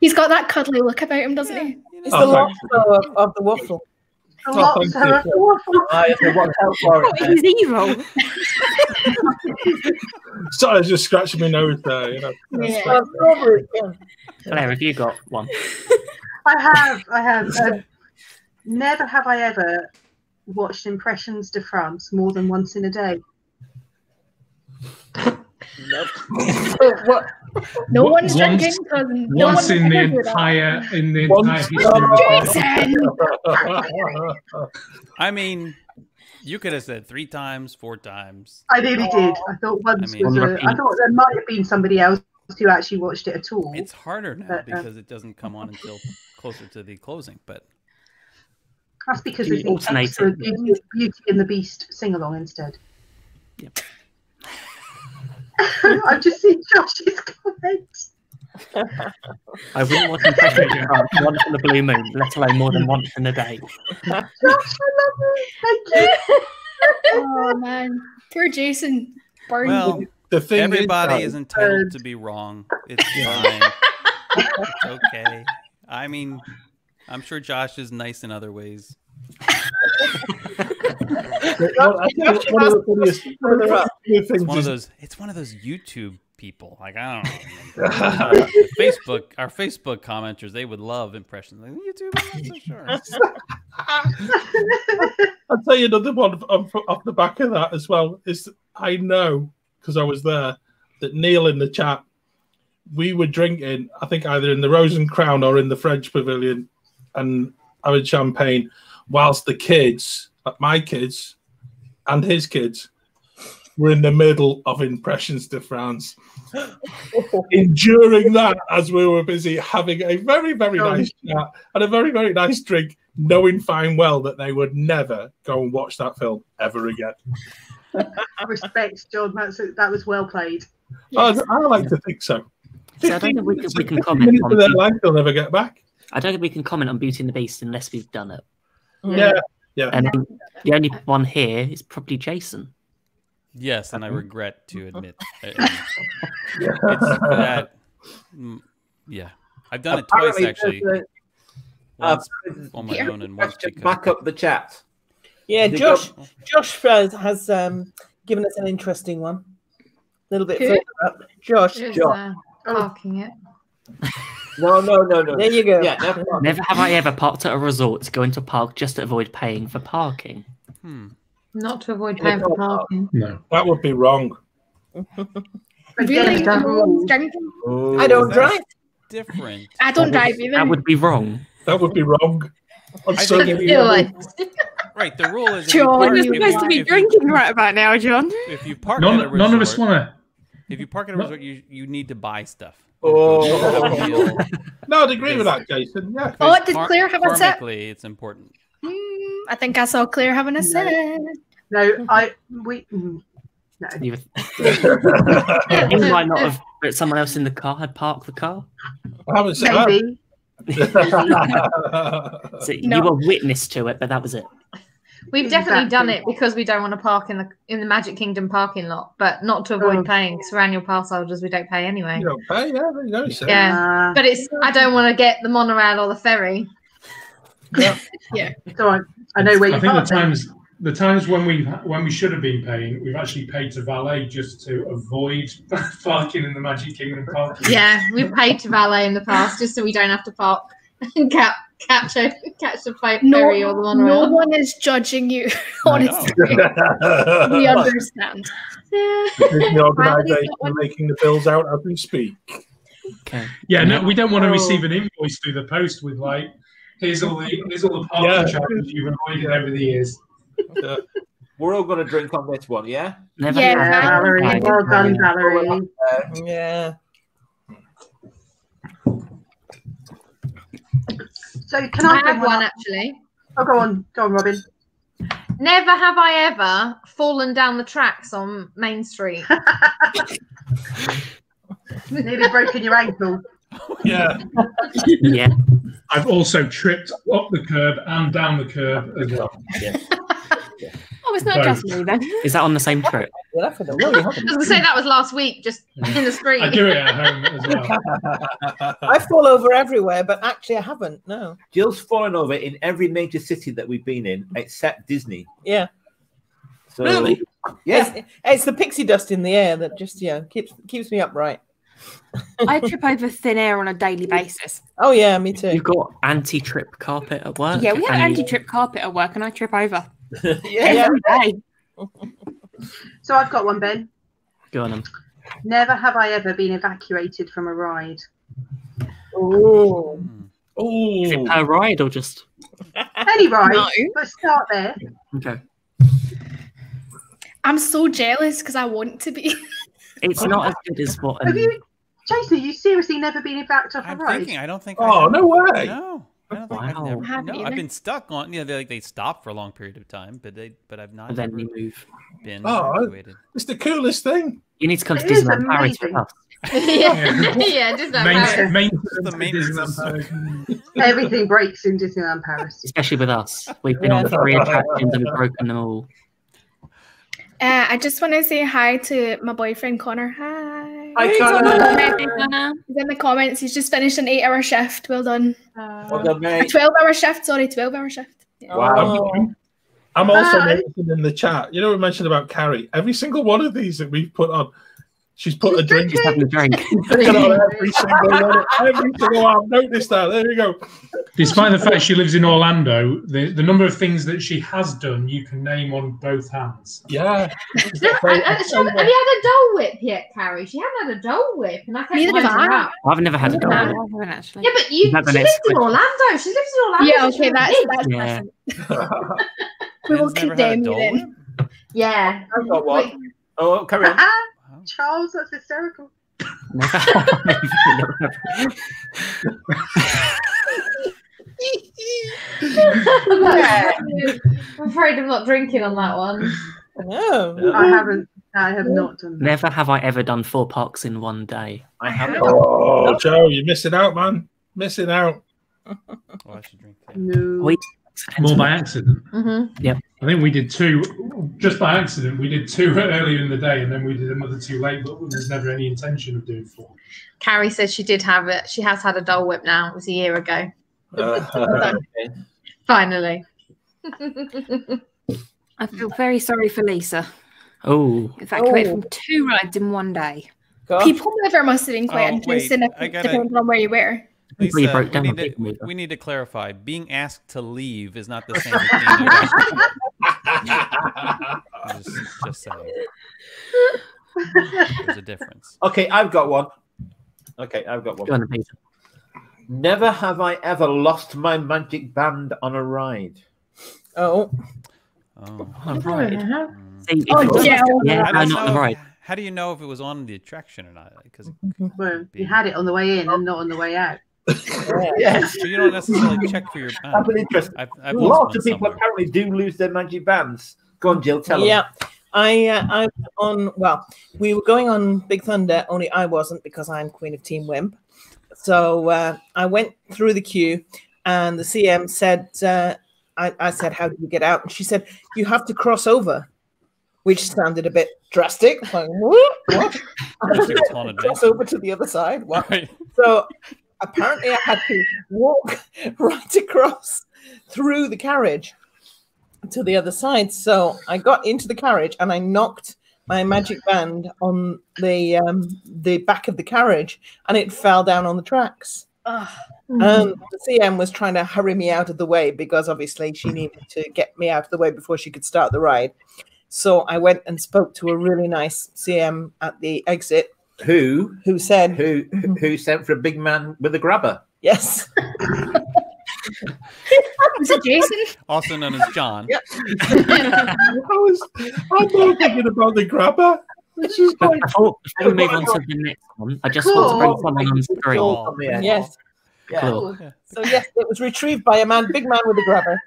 He's got that cuddly look about him, doesn't he?
It's the lobster of, of the waffle.
Oh,
The lobster of the waffle.
I watch out for it.
He's evil.
Sorry, I just scratching my nose there. You know.
Yeah. Strawberry, yeah.
Claire, have you got one?
I have, I have. Um, never have I ever watched Impressions de France more than once in a day.
what?
No
Wa-
one's
once-
drinking because no
Once
one's
in the
gonna do that.
entire in the entire
Once-
history of
I mean, you could have said three times, four times.
I really did. I thought once
mean-
was
On
a, I
repeat.
thought there might have been somebody else who actually watched it at all.
It's harder now
But, uh,
because it doesn't come on until closer to the closing. But
That's because
You
we think
alternate
extra
it.
Beauty, Beauty and the Beast sing along instead. I've just seen Josh's comment.
I wouldn't want impressions of France once in the blue moon, let alone more than once in a day.
Josh, I love you. Thank you.
oh man, poor Jason. Burned.
well,
the thing is,
everybody
though,
is, entitled to be wrong. It's fine. it's okay. I mean, I'm sure Josh is nice in other ways.
Well, I think one of the funniest- one of the funniest
It's
things
one of
is-
those. It's one of those YouTube people. Like I don't know. The Facebook, our Facebook commenters, they would love impressions. Like, YouTube, I'm not so sure.
I'll tell you another one off, off the back of that as well. Is I know because I was there that Neil in the chat, we were drinking, I think either in the Rose and Crown or in the French Pavilion and having champagne, whilst the kids, like my kids and his kids, were in the middle of Impressions de France. Enduring that as we were busy having a very, very
Oh.
nice chat and a very, very nice drink, knowing fine well that they would never go and watch that film ever again.
Respect, John. That's, that was well played.
I, I like to think so.
So I don't think we can, we can
15
comment
minutes
on.
of their
Beauty-
life they'll never get back.
I don't think we can comment on Beauty and the Beast unless we've done it.
Yeah, yeah.
And the only one here is probably Jason.
Yes, and I regret to admit it. It's that. mm, Yeah, I've done it twice
Apparently,
actually.
there's a-
Once
uh,
on my own and once
question. Back up the chat.
Yeah,
They
Josh. Josh Fez has um, given us an interesting one. A little bit
Who?
further up. Josh.
Just,
Josh.
uh, parking it.
No, no, no, no. There you go.
Yeah,
Never have I ever parked at a resort to go into a park just to avoid paying for parking.
Not to avoid paying for parking.
No, that would be wrong.
really,
Yeah.
no one's drinking.
I don't
Oh, That's
drive.
Different.
I don't drive either.
That would be wrong.
That would be wrong.
I think
sorry.
if you- Right, the rule is if you
John,
park,
you're
if you-
supposed to be
if
drinking right about now, John.
If you park
None-
at a resort,
none of us wanna-
If you park at a resort, you you need to buy stuff.
Oh. no, I'd agree with that, Jason. Yeah.
Oh, did Claire have a set?
Karmically, it's important.
Mm, I think I saw Claire having a sip.
No, I we mm, no.
You might not have, but someone else in the car had parked the car.
I haven't
said that. Maybe.
Uh,
so
No.
you were witness to it, but that was it.
We've definitely done it because we don't want to park in the in the Magic Kingdom parking lot, but not to avoid paying because we're annual pass holders. We don't pay anyway.
You don't pay, yeah, there you go. you see.
Yeah, but it's I don't want to get the monorail or the ferry.
yeah.
So I, I know where
I
you
think the
are.
times the times when we when we should have been paying, we've actually paid to valet just to avoid parking in the Magic Kingdom parking.
Yeah, we've paid to valet in the past just so we don't have to park and get catch a catch a ferry
No,
or the monorail.
no one is judging you, honestly. we understand.
the organisation making the bills out as we speak.
Yeah, no, we don't want
Oh.
Oh.
to receive an invoice through the post with like, here's all the here's all the parking
Yeah.
charges you've avoided over the years.
We're all going to drink on this one, yeah?
Never Yeah, mind. Valerie.
Fine.
Well done, Valerie.
Yeah.
So can I,
have
bring
one
up?
actually?
Oh, go on, go on, Robin.
Never have I ever fallen down the tracks on Main Street.
Nearly broken your ankle.
Yeah.
yeah.
I've also tripped up the curb and down the curb as well.
Oh, it's not
Sorry.
just me then.
Is that on the same trip?
I was going to say that was last week, just in the street.
home as
well. I fall over everywhere, but actually I haven't. No.
Jill's fallen over in every major city that we've been in except Disney.
Yeah.
So,
Yes. It's, it's the pixie dust in the air that just yeah keeps keeps me upright.
I trip over thin air on a daily basis.
Oh yeah, me too.
You've got anti-trip carpet at
uh,
work.
Yeah, we have
and-
anti-trip carpet at work, and I trip over.
Yeah.
Every day.
So I've got one, Ben.
Go on. Em.
Never have I ever been evacuated from a ride.
Oh.
Is it per ride or just
Any ride,
No.
but start there.
okay?
I'm so jealous because I want to be.
It's not as good as what.
Have
Um,
you, Jason? Have you seriously never been backed off a ride?
thinking, I don't think.
Oh,
I have-
no way.
No, I don't think
Wow.
I've never.
Haven't
No,
either.
I've been stuck on. Yeah, they like they stop for a long period of time, but they but I've not.
And then
ever
you move.
Been
Oh,
evacuated.
It's the coolest thing.
You need to come
It
to
is
Disneyland Paris
amazing.
with us.
yeah, yeah, just that.
Main,
matter.
main,
the
uh,
main,
Everything breaks in Disneyland Paris.
especially with us. We've been on
Yeah.
three attractions and we've broken them all.
Uh, I just want to say hi to my boyfriend Connor. Hi.
Hi,
He's
Connor.
on the
Hi,
comments. He's in the comments. He's just finished an eight-hour shift. Well done.
Oh,
Well done,
A
mate.
twelve-hour shift. Sorry, twelve-hour shift.
Oh.
Wow. I'm also
Hi.
noticing in the chat, you know, we mentioned about Carrie. Every single one of these that we've put on, she's put a drink. She's
having a drink.
every single one. Every single one. I've noticed that. There you go.
Despite the fact she lives in Orlando, the, the number of things that she has done, you can name on both hands.
Yeah.
I- I- she hasn't- have you had a Dole Whip yet, Carrie? She hasn't had a Dole Whip, and I can't
Neither have I.
I've never had a
No, I
dog.
haven't actually.
Yeah, but you, she
Is that the
lives
next
in
question?
Orlando. She lives in Orlando.
Yeah,
She's
okay,
from
that's- that's
Leeds.
Yeah.
We will
Ben's never had a
condemn you
dog.
then.
Yeah.
I've got one. Oh, carry on.
Ah, Charles, that's hysterical.
I'm afraid I'm not drinking on that one.
No,
I haven't. I have not done.
Never have I ever done four parks in one day.
I
haven't.
Oh, Joe, you're missing out, man. Missing out.
Oh, I should drink.
No.
Wait.
More by accident.
Mm-hmm.
Yep.
I think we did two just by accident. We did two earlier in the day, and then we did another two late. But there's never any intention of doing four.
Carrie says she did have it. She has had a Dole Whip now. It was a year ago. Finally.
I feel very sorry for Lisa.
Oh,
Evacuated
Oh.
from two rides in one day.
People mover must have been quite
Oh, wait,
interesting,
I
if,
gotta-
depending on where you were.
Lisa,
Lisa,
broke down
we,
on
need
people
to,
mover.
we need to clarify. Being asked to leave is not the same as being arrested. just, just saying. There's a difference.
Okay, I've got one. Okay, I've got one.
Go on, then, Peter.
Never have I ever lost my magic band on a ride.
Oh.
Oh.
On a ride.
Uh-huh.
See, if
Oh,
it was-
yeah.
yeah,
How do
no,
you
not the
know-
ride.
How do you know if it was on the attraction or not? Because
Well, you had it on the way in and not on the way out.
so you don't necessarily check for your band.
That's an interesting.
I've, I've lost
Lots
one
of people
somewhere.
apparently do lose their magic bands. Go on, Jill. Tell them.
Yeah. I uh, I was on well, we were going on Big Thunder, only I wasn't because I'm Queen of Team Wimp. So uh, I went through the queue, and the CM said, uh, I, "I said, how do you get out?" And she said, "You have to cross over," which sounded a bit drastic. Like, what? What?
Just like it's haunted
cross over to the other side. What? So apparently, I had to walk right across through the carriage to the other side. So I got into the carriage and I knocked my magic band on the um, the back of the carriage, and it fell down on the tracks.
Hmm.
Um, the CM was trying to hurry me out of the way because obviously she needed to get me out of the way before she could start the ride. So I went and spoke to a really nice CM at the exit.
Who?
Who said?
Who? Who sent for a big man with a grabber?
Yes.
Was it Jason?
also known as John.
I was, I'm not thinking about the grabber. This is
But
like,
before, before we move on to the next one, I just want to bring someone on screen.
Yes. Yeah.
Cool.
So yes, it was retrieved by a man, big man with a grabber.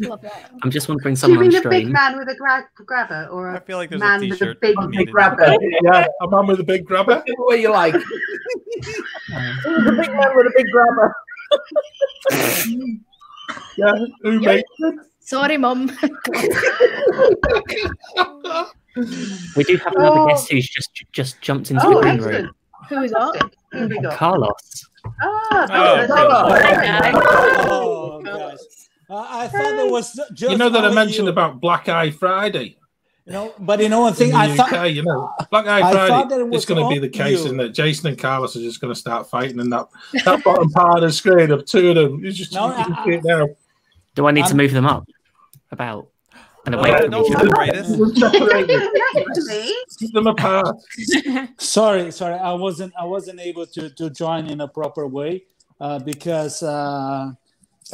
Love that.
I'm just want to bring
Do you
someone
mean
on
a big
screen.
man with a gra- grabber or a
feel like
man with a
t-shirt
big,
needed.
grabber?
yeah, a man with a big grabber.
What you like?
the big man with a big grabber.
yeah, who makes it?
Sorry, mum.
We do have another
Oh.
guest who's just just jumped into
Oh,
the green
excellent.
room.
Who is that?
Carlos. Ah,
Oh, I thought it was just
you know that I
only
mentioned
you.
about Black Eye Friday.
No, but you know one
in
thing.
the
I thought
UK, you know, Black Eye
I thought that
Friday.
it
It's
was
going to be
on
the case,
you.
and that Jason and Carlos are just going to start fighting, and that that bottom part of the screen of two of them. You just
No,
you can
I-
see it now.
Do I need to
Um,
move them up? About and
Uh,
away from
no,
each
no,
other.
Keep them apart.
sorry, sorry. I wasn't. I wasn't able to to join in a proper way uh, because uh,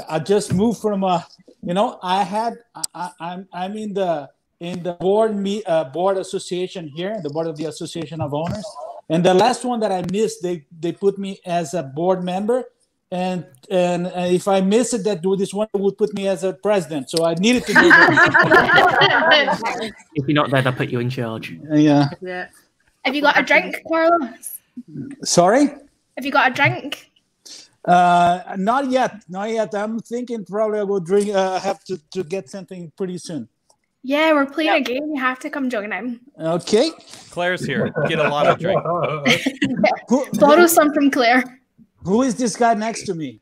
I just moved from a. You know, I had. I, I, I'm. I'm in the in the board meet uh, board association here, the board of the association of owners, and the last one that I missed, they they put me as a board member. And, and and if I miss it, that this one would put me as a president. So I needed to do that.
if you're not there, they'll put you in charge.
yeah.
Yeah.
Have you got a drink, Carlos?
Sorry.
Have you got a drink?
Uh, not yet, not yet. I'm thinking probably I will drink. Uh, have to, to get something pretty soon.
Yeah, we're playing a game. You have to come join in.
Okay.
Claire's here. Get a lot of drink.
Borrow some from Claire.
Who is this guy next to me?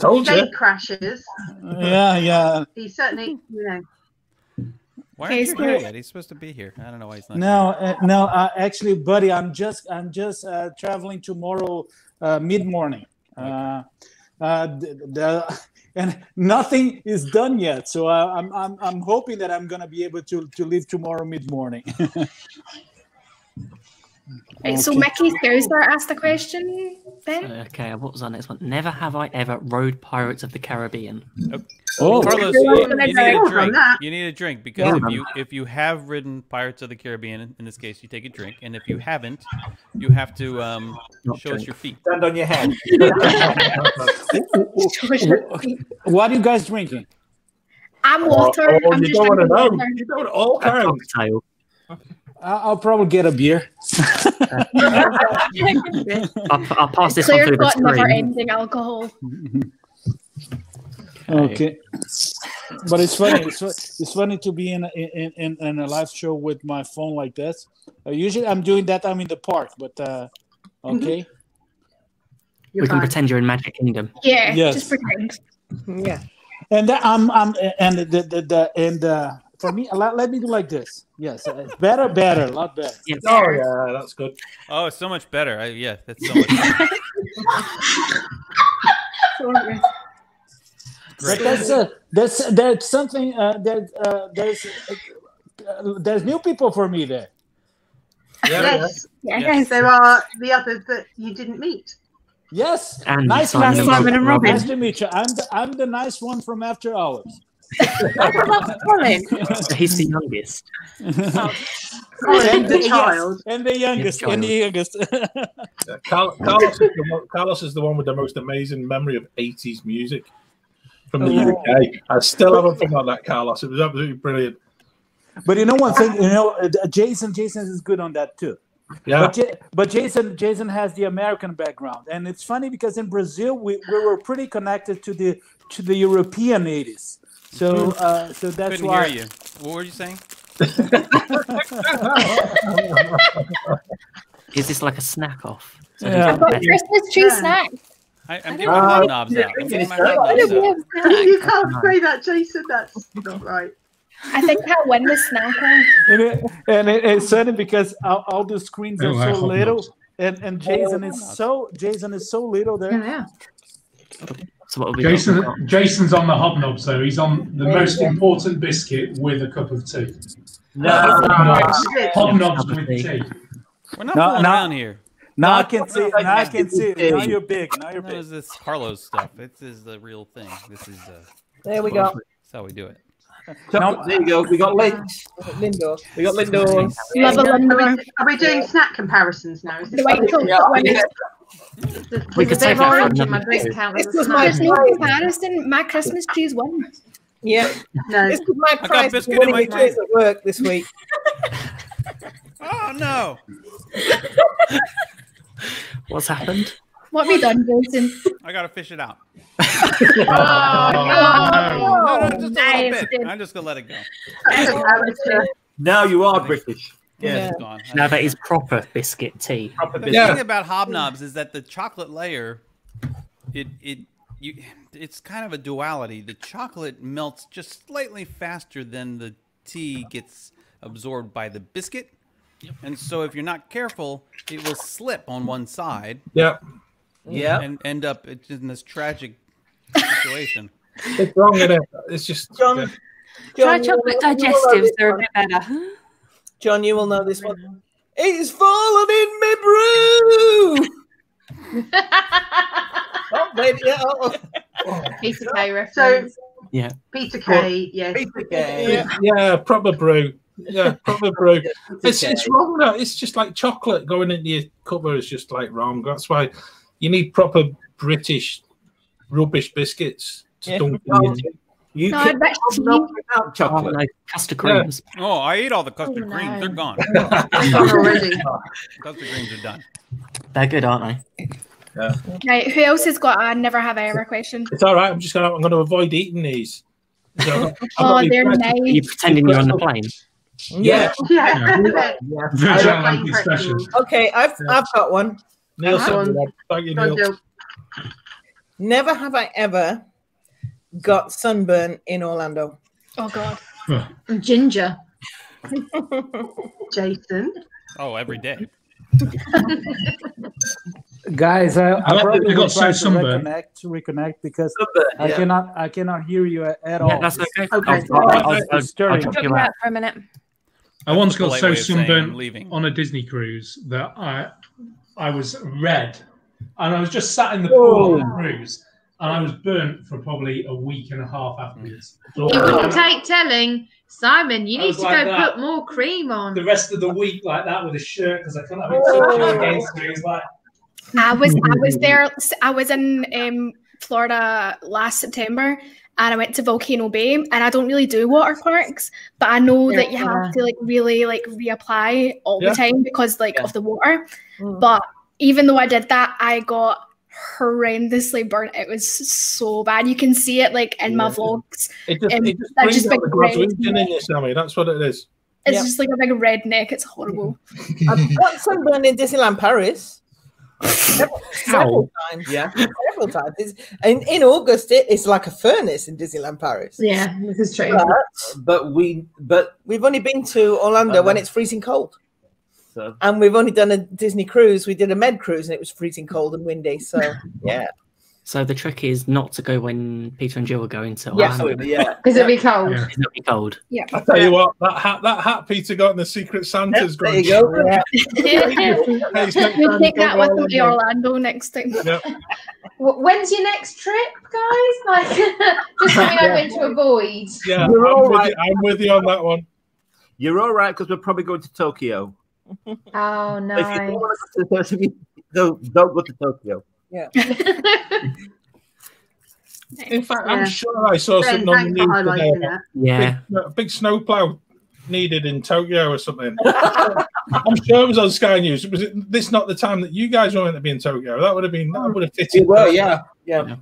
Told
Plane crashes.
Yeah, yeah.
He certainly, you know.
Why
Okay,
aren't you
so-
here yet? He's supposed to be here. I don't know why he's not.
No, uh, no. Uh, actually, buddy, I'm just I'm just uh, traveling tomorrow uh, mid morning. Uh, uh, the, the, and nothing is done yet, so uh, I'm, I'm I'm hoping that I'm gonna be able to to leave tomorrow mid morning.
Right, so
Okay.
Mickey Scouser asked a question then.
Okay, what was our next one? Never have I ever rode Pirates of the Caribbean.
Oh.
Carlos,
Yeah,
you,
we're
you
gonna
need
go
a
on
drink.
that.
You need a drink because
Yeah.
if you if you have ridden Pirates of the Caribbean, in this case, you take a drink, and if you haven't, you have to um,
Not
show us
drink.
your feet.
Stand on your head.
what are you guys drinking?
I'm water.
oh,
I'm
you
just
don't wanna oh,
drinking
know.
water.
You know all kinds.
I- I'll probably get a beer.
I'll, I'll pass this one
Claire
through the
got never
screen.
ending alcohol.
Okay, but it's funny. It's, fu- it's funny to be in a, in, in in a live show with my phone like this. Uh, usually, I'm doing that. I'm in the park, but uh, okay.
We can pretend you're in Magic Kingdom.
Yeah,
Yes.
just pretend.
Yeah.
And the- I'm I'm and the the, the and uh, for me, let, let me do like this. Yes, uh, better, better, a lot better.
Oh yeah, that's good.
Oh, it's so much better. I, yeah, that's so much. better.
But that's uh, that's there's something uh, there uh, there's uh, there's new people for me there.
Yes.
yeah.
yes.
Yes.
There are the others that you didn't meet.
Yes,
And
nice
Simon
nice-
and Simon and Robin.
Nice to meet you. I'm the, I'm the nice one from After Hours.
He's the youngest.
and, the, yes,
child.
and the youngest, and the youngest.
Carl- Carlos, is the one, Carlos is the one with the most amazing memory of 80s music from the
Oh.
UK. I still haven't forgotten that, Carlos. It was absolutely brilliant.
But you know one thing, you know, uh, Jason, Jason is good on that too.
Yeah.
But, Ja- but Jason, Jason has the American background, and it's funny because in Brazil we, we were pretty connected to the to the European 80s. So uh, so that's
Hmm. Couldn't
why.
hear you. What were you saying?
Is this like a snack off? So
Yeah.
who's got
But
better?
Christmas tree snack.
I, I'm
I
giving my
Uh,
don't know.
knobs out. I'm giving my knobs out.
you can't say that, Jason. That's not right.
I think I'll win the snack one.
And, it, and it- it's funny because all, all the screens
Oh, I
are so
hope
little.
And and
Oh,
Jason is so Jason is so little there.
yeah.
So what have we got?
Jason, Jason's on the hobnob, so he's on the
Oh,
most
yeah.
important biscuit with a cup of tea.
No.
hobnobs,
Yeah.
hobnobs with tea.
We're not
No,
fooling
no.
around here.
Now I can see. Now I can see. Now you're big. Now you're
No, it's this Carlos stuff. This is the real thing. This is uh,
There we go.
That's how we do it.
No, there you go. We got Lindor.
Lindor.
We got Lindor.
Are we, are we doing snack comparisons now? Is this
Wait, till- when it's-
We could save that for another day.
This was my There's no comparison. My Christmas trees won.
Yeah.
No.
This is my
I got
prize for
biscuit in
winning
my
the quiz at work this week.
oh no!
What's happened?
What we done, Jason?
I gotta fish it out.
Oh, no.
Oh, no, no, just a little
Nice.
bit. I'm just gonna let it go.
Now you are British.
Yeah, it's gone.
Now that is proper biscuit tea. Proper
The thing about hobnobs is that the chocolate layer, it it you, it's kind of a duality. The chocolate melts just slightly faster than the tea gets absorbed by the biscuit, and so if you're not careful, it will slip on one side.
Yep.
Yeah.
and end up in this tragic situation.
It's wrong in it. It's just. yeah.
John,
Try chocolate
you will- you will love
digestives;
this
they're a
one.
bit better.
John, you will know this one. It is falling in my brew. oh, wait, yeah, oh, oh.
Peter Kay
So,
reference.
Yeah.
Peter Kay, yes.
Yeah, yeah, proper brew. Yeah, proper brew. It's it's
okay.
wrong though. It's just like chocolate going into your cover is just like wrong. That's why you need proper British rubbish biscuits to
Yeah.
dunk in your tea.
You
No, can- but tea- No,
without chocolate.
like Oh, custard
Yeah.
creams.
Oh, I ate all the custard creams. They're gone. custard creams are done.
They're good, aren't they?
Right, who else has got a never have I ever question?
It's all right. I'm just gonna I'm gonna avoid eating these. So, I'm
Oh,
not
they're
impressed.
nice.
You're pretending you're on the plane.
Yeah.
Yeah.
Virgin
Islands is special.
Okay, I've I've got one.
Neil
Huh?
said that. Thank you,
Go on,
Neil.
Joe. Never have I ever got sunburn in Orlando.
Oh God.
Ginger.
Jason.
Oh, every day.
uh,
Guys, I, I
I like that
probably
they got
will try to
so sunburned.
reconnect, to reconnect because I
yeah.
cannot, I cannot hear you at, at all.
that's okay.
It's-
Okay.
it's
I'll- I'll- I'll- I'll
disturbing.
talk you out.
for a minute.
I once got
polite
so
way of saying I'm
sunburned
leaving.
on a Disney cruise that I I was red, and I was just sat in the
Whoa.
pool on the cruise, and I was burnt for probably a week and a half afterwards.
You wouldn't take telling Simon. You
Oh. I
need
was
to
like
go
that.
put more cream on.
the rest of the week like that with a shirt because I couldn't have it tucked against me. It was like
I was I
Mm-hmm.
was there. I was in um, Florida last September, and I went to Volcano Bay. And I don't really do water parks, but I know that you have to like really like reapply all
Yeah.
the time because like of the water.
Mm.
But even though I did that, I got horrendously burnt. It was so bad. You can see it like in my vlogs.
It just,
Um,
it just
that
brings
just
out the
big
graduation
red-
in you, Sammy. That's what it is.
It's
Yeah.
just like a big red neck. It's horrible.
I've got sunburn in Disneyland Paris. Several, several times.
Yeah.
Several times. It's, and in August, it, it's like a furnace in Disneyland Paris.
Yeah, this is true.
But,
but we but Uh-huh.
we've only been to Orlando when it's freezing cold.
So-
And we've only done a Disney cruise. We did a med cruise and it was freezing cold and windy. So yeah.
So the trick is not to go when Peter and Jill are going to
Yeah,
Orlando.
absolutely, yeah.
Because it'll be cold.
It'll be cold.
Yeah.
I tell you what, that hat that hat Peter got in the Secret Santa's
there
grunge.
you go. Yeah.
We'll take that with them to Orlando next time.
Yep.
W- When's your next trip, guys? Like, just something I went to avoid.
Yeah, I'm,
You're all
with
right.
you, I'm with you on that one.
you're all right because we're probably going to Tokyo. So
Oh,
If you
nice.
don't want to go to Tokyo, don't, don't go to Tokyo.
Yeah.
In fact,
Yeah.
I'm sure I saw
Ben,
something on the
thanks for
news today.
highlighting
about
that.
Yeah.
Big, a big snowplow needed in Tokyo or something. I'm sure it was on Sky News. Was it this not the time that you guys were meant to be in Tokyo? That would have been
Mm.
that would have fitted.
Well, yeah, yeah.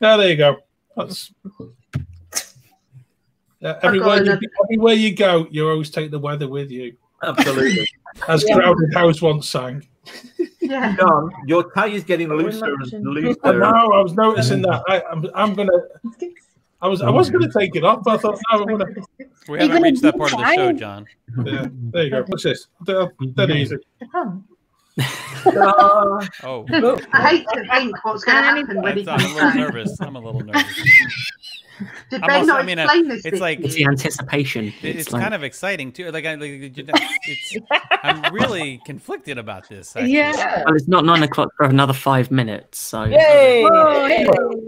Yeah, there you go. That's yeah, everywhere, you,
another-
everywhere you go, you always take the weather with you.
Absolutely.
As
Yeah.
Crowded House once sang.
Yeah.
John, your tie is getting looser and looser.
I know. I was noticing that. I, I'm, I'm gonna. I was. I was gonna take it off, but I thought no. I'm gonna.
We
You're
haven't
gonna
reached that
be
part of the show,
fine.
John.
Yeah, there you go. What's this? Dead, dead easy.
Oh.
Oh.
I hate to think what's going to happen when he
That's- I'm a
comes
little
back.
nervous. I'm a little nervous.
Did
I'm
Ben
also-
not
I mean, uh,
explain this?
it's
bit
like
to
It's
you?
the anticipation.
It-
It's,
It's
like,
kind of exciting too. Like I, like, you know, it's, I'm really conflicted about this. actually.
Yeah.
well, it's not nine o'clock for another five minutes, so
Yay!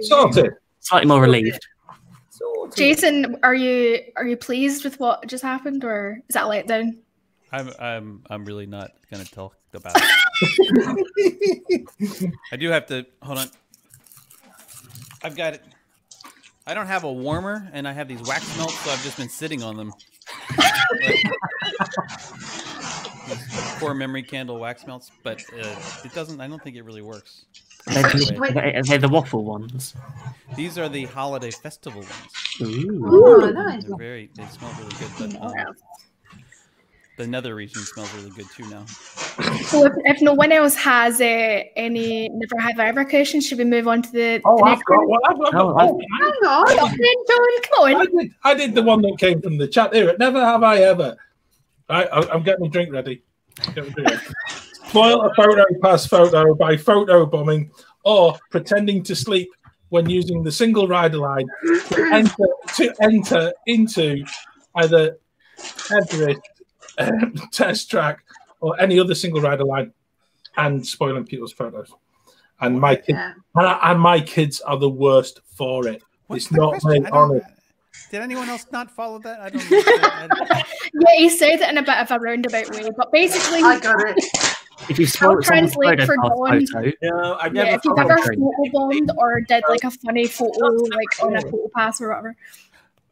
Sorted.
slightly more relieved.
Jason, are you are you pleased with what just happened, or is that a letdown?
I'm, I'm, I'm really not gonna talk about it. I do have to hold on. I've got it. I don't have a warmer, and I have these wax melts, so I've just been sitting on them. These Core memory candle wax melts, but uh, it doesn't. I don't think it really works.
They're, they're- they're the waffle ones.
These are the holiday festival ones.
Ooh.
They're very. They smell really good, but um, the nether region smells really good too now.
So if, if no one else has uh, any never have I ever questions, should we move on to the, the
Oh, I've
next
got
one?
one. I've got one. Oh,
Hang on. Come on.
I did, I did the one that came from the chat here. Never have I ever. Right, I, I'm getting a drink ready. Get my drink ready. Spoil a photo pass photo by photo bombing or pretending to sleep when using the single rider line to enter, to enter into either Everest um, test track or any other single rider line and spoiling people's photos. And my kids,
Yeah.
and, I- and my kids are the worst for it. it's not
question? I
made
don't-
on it.
Did anyone else not follow that? I don't.
Yeah, he said it in a bit of a roundabout way, but basically,
I got it.
If you spoil
I'll
someone's
translate
photo,
for Dawn.
photo
No, I've
yeah,
never
if you've
followed
ever
it.
photobombed or did like a funny photo, like on a photo pass or whatever.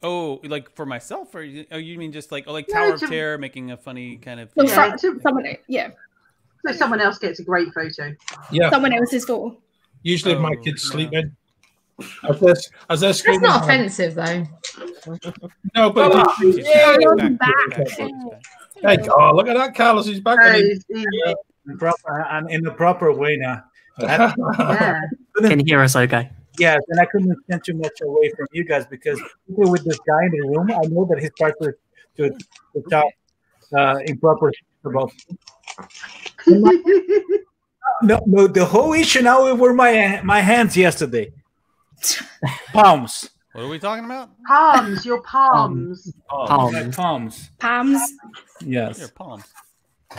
Oh, like for myself, or you, oh, you mean just like oh, like
No,
Tower
it's
of
a-
Terror, making a funny kind of.
So
thing?
for- someone, yeah,
So someone else gets a great photo.
Yeah.
someone else's photo.
Usually, my kids sleep in. As they're, as they're
That's
screaming,
not Oh, offensive though.
No, but
Come
Thank
on.
God, Oh, look at that, Carlos. He's back. on his-
Proper, I'm in the proper way now.
yeah.
can hear us okay.
Yes, and I couldn't stand too much away from you guys because even with this guy in the room, I know that he's part to to, to talk uh, improper about. no, no, the whole issue now were my my hands yesterday, palms,
What are we talking about?
Palms, your palms.
My Um, palms.
Palms,
Yes,
Your palms.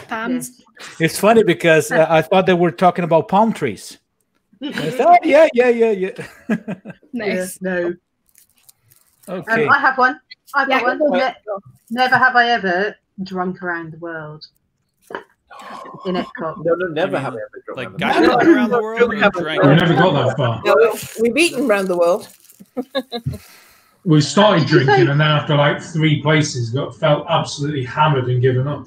palms.
it's funny because uh, I thought they were talking about palm trees. I
Um,
said, oh, yeah, yeah, yeah, yeah.
Nice.
No.
Okay.
Um, I have one. I've
Yeah,
got
go
one.
on.
Ne- never have I ever drunk around the world. In Epcot.
No, no, never have I ever drunk.
Like
around
guided around the world. Or drank?
We never got that far.
No, we've, we've eaten around the world.
We started drinking, and then after like three places, got felt absolutely hammered and given up.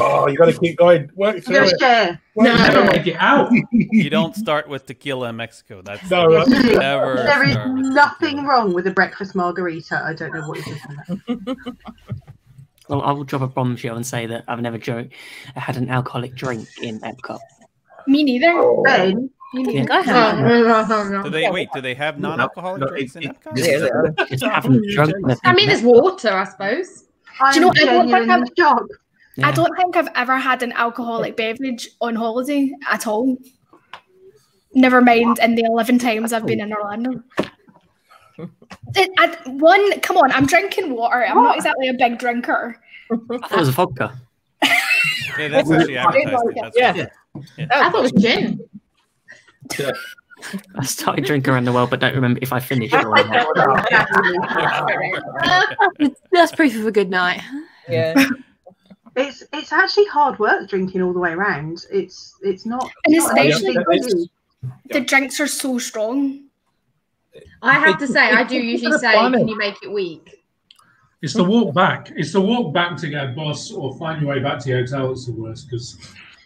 Oh, you got to keep going. Work
I'm going
through
to
it.
share.
Never make it out.
You don't start with tequila in Mexico. That's
No,
you
right.
never.
There is
start with-
nothing wrong with a breakfast margarita. I don't know what it is. on that.
Well, I will drop a bombshell and say that I've never drunk, I had an alcoholic drink in Epcot.
Me neither.
Oh.
Ben,
You
Yeah.
neither. I
Do they wait? Do they have non-alcoholic drinks in Epcot?
Just haven't drunk nothing.
I mean, there's water, I suppose.
I'm
Do you know, I don't
genuinely
think
shocked.
Yeah.
don't think I've ever had an alcoholic beverage on holiday at all. Never mind in the 11 times I've been in Orlando. It- I- one, come on, I'm drinking water. I'm not exactly a big drinker.
I thought it was vodka.
Yeah, that's actually advertised. it. That's
Yeah.
I thought it was gin.
I started drinking around the world, but don't remember if I finished it or not.
That's proof of a good night.
Yeah.
It's it's actually hard work drinking all the way around. It's it's not.
And
it's not an
especially
easy thing to do.
The drinks are so strong.
I have to say, I do usually say,
Planet.
can you make it weak?
It's the walk back. It's the walk back to get a bus or find your way back to your hotel. It's the worst because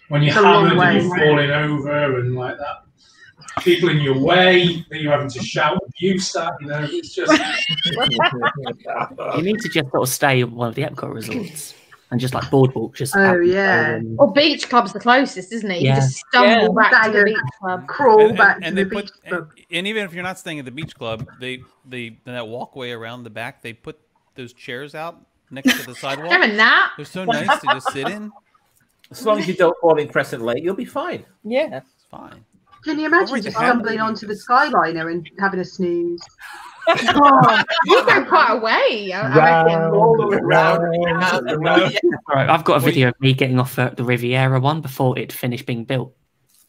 when you're
It's a long
hammered and you're
way.
falling over and like that, people in your way, then you're having to shout abuse at. You know, it's just
You need to just sort of stay at one of the Epcot resorts and just like boardwalk, just
Oh,
out-
yeah.
um,
Or beach club's the closest, isn't it? You
Yeah.
just stumble
Yeah.
back to the
Dagger.
beach club.
Crawl
and,
back
and-
to
and
the
they
beach.
put and, and even if you're not staying at the beach club they they that walkway around the back they put those chairs out next to the sidewalk
Remember that?
they're so nice to just sit in
As long as you don't fall in Crescent Lake, you'll be fine.
Yeah.
It's fine.
Can you imagine
Already
just
happened.
stumbling onto the skyliner and having a snooze? Oh.
you go quite a way. I, I reckon.
All right, I've got a video of me getting off at the Riviera one before it finished being built.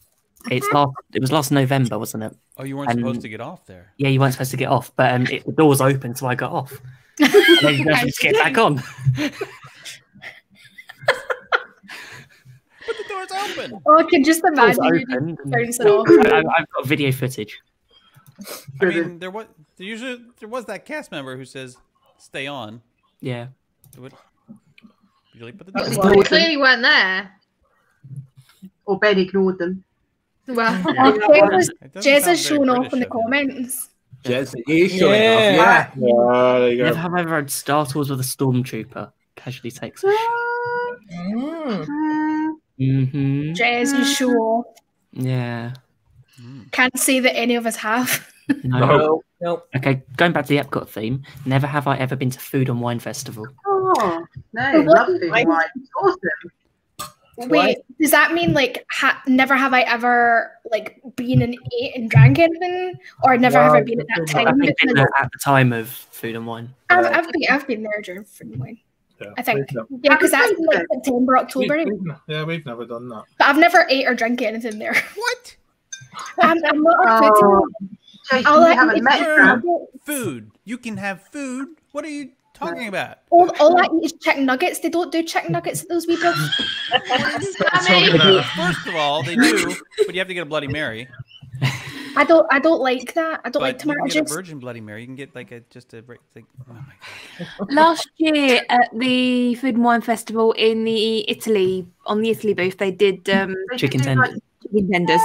It's last. It was last November, wasn't it?
Oh, you weren't
And-
supposed to get off there.
Yeah, you weren't supposed to get off, but um, it, the door was open, so I got off. and then you guys just get back on.
But the door's open.
Oh, I can just
The door was
imagine you
open.
just bouncing
and- I,
off.
I've got video footage.
I mean, there was there usually there was that cast member who says, "Stay on."
Yeah.
What- You're like, but the
That's
door's
why-
open.
You clearly weren't there.
Or Ben ignored them.
Well,
Oh, Jez has-
It doesn't
Jez
sound
has
very
shown off in
British,
the comments.
Jez, he's
Yeah.
showing off. Yeah.
there
Never have I ever had Star Wars with a stormtrooper. Casually takes. Mm-hmm.
Jez, you show off.
Yeah.
Can't say that any of us have.
No.
No.
Okay, going back to the Epcot theme. Never have I ever been to Food and Wine Festival.
Oh, no,
But what-
love food and wine. It's awesome.
Wait, does that mean like ha- never have I ever like been and ate and drank anything, or never have I been at that
I
time?
think been
Because
there at the time of Food and Wine.
I've, I've been I've been there during food and wine. I think yeah, because that's in, like September, October.
We've ne- yeah, we've never done that.
But I've never ate or drank anything there.
What?
I'm, I'm not a foodie.
Oh, Jason,
I'll
you
let
haven't
you-
met them.
Food. You can have food. What are you talking about?
All, all I eat is chicken nuggets. They don't do chicken nuggets at those wee bits.
First of all, they do, but you have to get a Bloody Mary.
I don't. I don't like that. I
but
don't like
you
tomato
can get a
juice.
virgin Bloody Mary. You can get like a just a break. Like, oh my
Last year at the Food and Wine Festival in the Italy on the Italy booth, they did um,
Chicken tenders.
chicken tenders.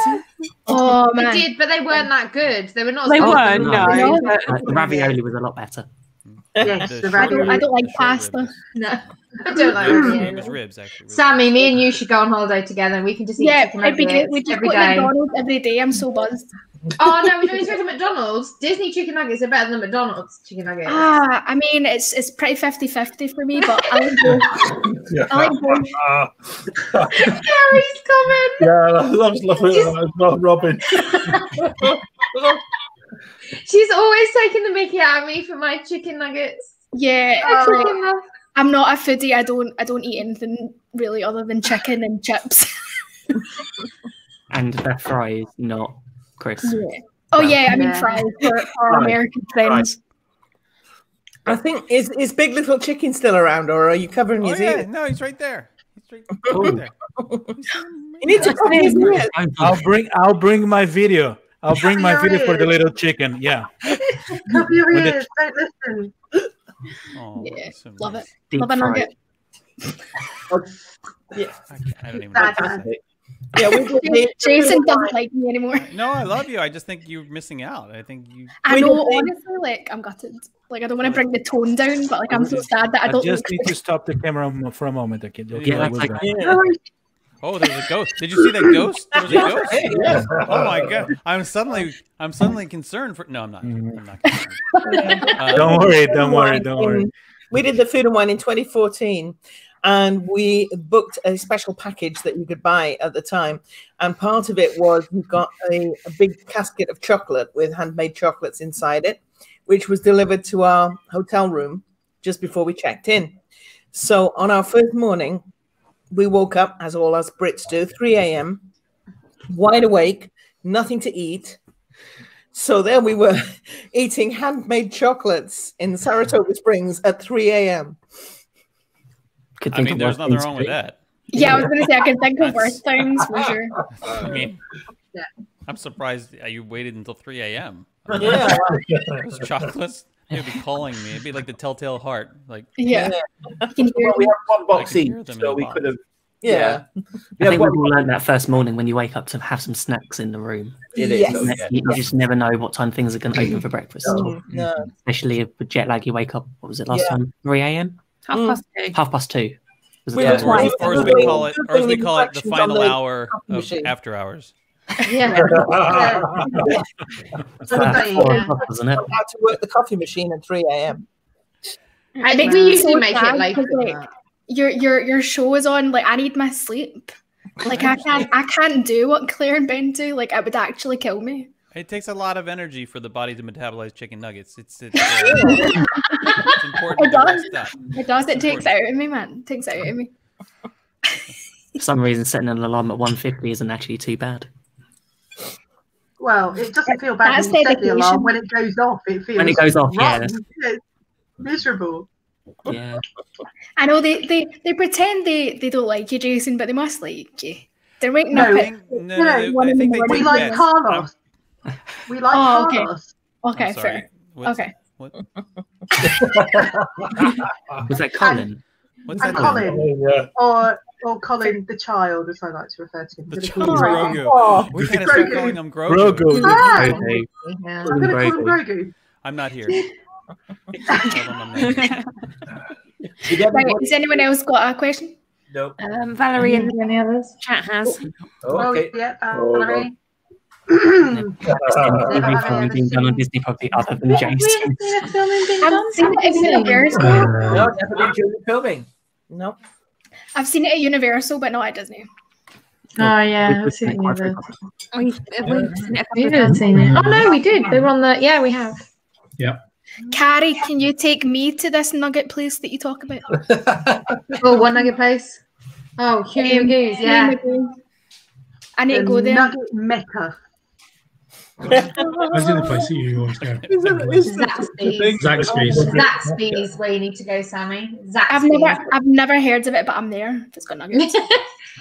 Oh
they
man.
did, but they weren't that good. They were not. as
They
good as
weren't,
the
no.
ones.
No.
Uh, the ravioli was a lot better.
Yes,
The
the
short
ravioli.
I don't, I don't like pasta.
No, I don't like
god.
it.
Same as ribs, actually.
Sammy, me and you should go on holiday together. and We can just eat
Yeah,
chicken
it'd be good.
nuggets
We just
every
go to
day.
McDonald's every day. I'm so buzzed.
Oh no, we don't need to go to McDonald's. Disney chicken nuggets are better than McDonald's chicken nuggets.
Ah, I mean, it's it's pretty 50-50 for me, but I like both. I like both.
Ah.
Gary's coming.
yeah, that's lovely. That's not Robin.
She's always taking the mickey out of me for my chicken nuggets.
Yeah,
I
uh,
freaking love.
I'm not a foodie. I don't I don't eat anything really other than chicken and chips.
And their fries, not crisp.
Oh yeah, I mean
Yeah.
fries for, for
Fries.
American friends.
I think is is Big Little Chicken still around, or are you covering
Oh,
his
yeah.
ears?
No, he's right there.
You need to cover his ears.
I'll bring I'll bring my video. I'll bring my video for the little chicken. Yeah.
Cover your
With the-
ears, don't listen. Oh,
yeah, love it.
Deep
love a
fried.
nugget.
Yeah.
I don't even know. what to
Fantastic. Yeah, we just need-
Jason doesn't like me anymore.
say. No, I love you. I just think you're missing out. I think you.
I know, honestly, like I'm gutted. Like I don't want to bring the tone down, but like I'm so sad that I
I
don't.
just
look
need to stop the camera m- for a moment. Okay. okay,
Yeah,
I
that's
will
like-
back.
Oh, there's a ghost. Did you see that ghost? There was a
Yeah.
ghost.
Hey, yes.
Oh my god! I'm suddenly, I'm suddenly concerned for. No, I'm not. I'm not. Concerned. Uh,
Don't worry, don't worry, don't
in-
worry.
We did the food and wine in 2014, and we booked a special package that you could buy at the time. And part of it was we got a, a big casket of chocolate with handmade chocolates inside it, which was delivered to our hotel room just before we checked in. So on our first morning, we woke up as all us Brits do, 3 a.m., wide awake, nothing to eat. So there we were eating handmade chocolates in Saratoga Springs at 3 a.m.
I mean, there's nothing wrong with that.
Yeah, I was gonna say I can think of worse things for sure.
I mean, I'm surprised you waited until 3 a.m.
Yeah.
Those chocolates. They'd be calling me. It'd be like the telltale heart. Like
Yeah.
Well, we have one box each,
hear them in
so
the
we
box.
could have.
Yeah.
I think
what-
we've all learned that first morning when you wake up to have some snacks in the room.
It is, Yes. okay.
You, you just never know what time things are going to open for breakfast.
Mm,
Mm-hmm.
no.
Especially if with jet lag, you wake up, what was it last
Yeah.
time? 3 a.m.?
Half past two.
Half past two. Was the
We
time.
were
or, as, or as we call it, or as we call it, the
Reflections on
final
the
hour
coffee
of
machine.
after hours.
Yeah.
It's about four o'clock, isn't it?
How to work the coffee machine at 3 a.m.
I think we usually make it later. than that.
your your your show is on. Like I need my sleep. Like I can't I can't do what Claire and Ben do. Like it would actually kill me.
It takes a lot of energy for the body to metabolize chicken nuggets. It's it's, uh, it's important.
It
to
does.
rest up.
It does. It
It's
takes
important.
it out of me, man. It takes it out of me.
For some reason, setting an alarm at 150 isn't actually too bad.
Well, it doesn't feel bad
That's
when you set the
dedication.
alarm. When it goes off, it feels
When it goes off, yeah,
rotten. It's miserable.
Yeah.
I know they, they, they pretend they, they don't like you, Jason, but they must like you. They're waking
No,
up
I
at
think- no, no, no, I think they
morning.
We do Oh. like that. Carlos. We like
oh, okay.
Carlos.
Okay,
I'm sorry.
fair.
What's-
okay.
What?
Was that Colin?
What's
and Colin, or or Colin the child, as I like to refer to him.
The
Gonna
child
call him
Grogu.
that.
Oh. We gotta start calling him Grogu. Grogu.
Ah!
Grogu.
I'm gonna call him Grogu.
I'm not here.
Right, has anyone else got a question?
Nope.
Um, Valerie in
any others?
Chat has.
Okay.
yeah,
Oh, Valerie.
Every film has been done on Disney property other than Jason.
I've seen it at Universal.
No, never did during filming.
Nope.
I've seen it at Universal, but not at Disney.
Oh yeah,
we've
I've seen
seen
it.
it.
We've, we've seen it a couple
We've
of times.
seen it. Oh no, we did. They were on the. Yeah, we have.
Carrie, can you take me to this nugget place that you talk about?
Oh, one nugget place. Oh, Huey
Um,
Magoo's. Yeah.
Huey Magoo. I need to
The
go there.
Nugget Mecca.
That's the other place that you always go.
Zaxby's. Oh,
Zaxby's.
Zaxby's is where you need to go, Sammy. Zaxby's.
I've never, I've never heard of it, but I'm there. If it's got nuggets.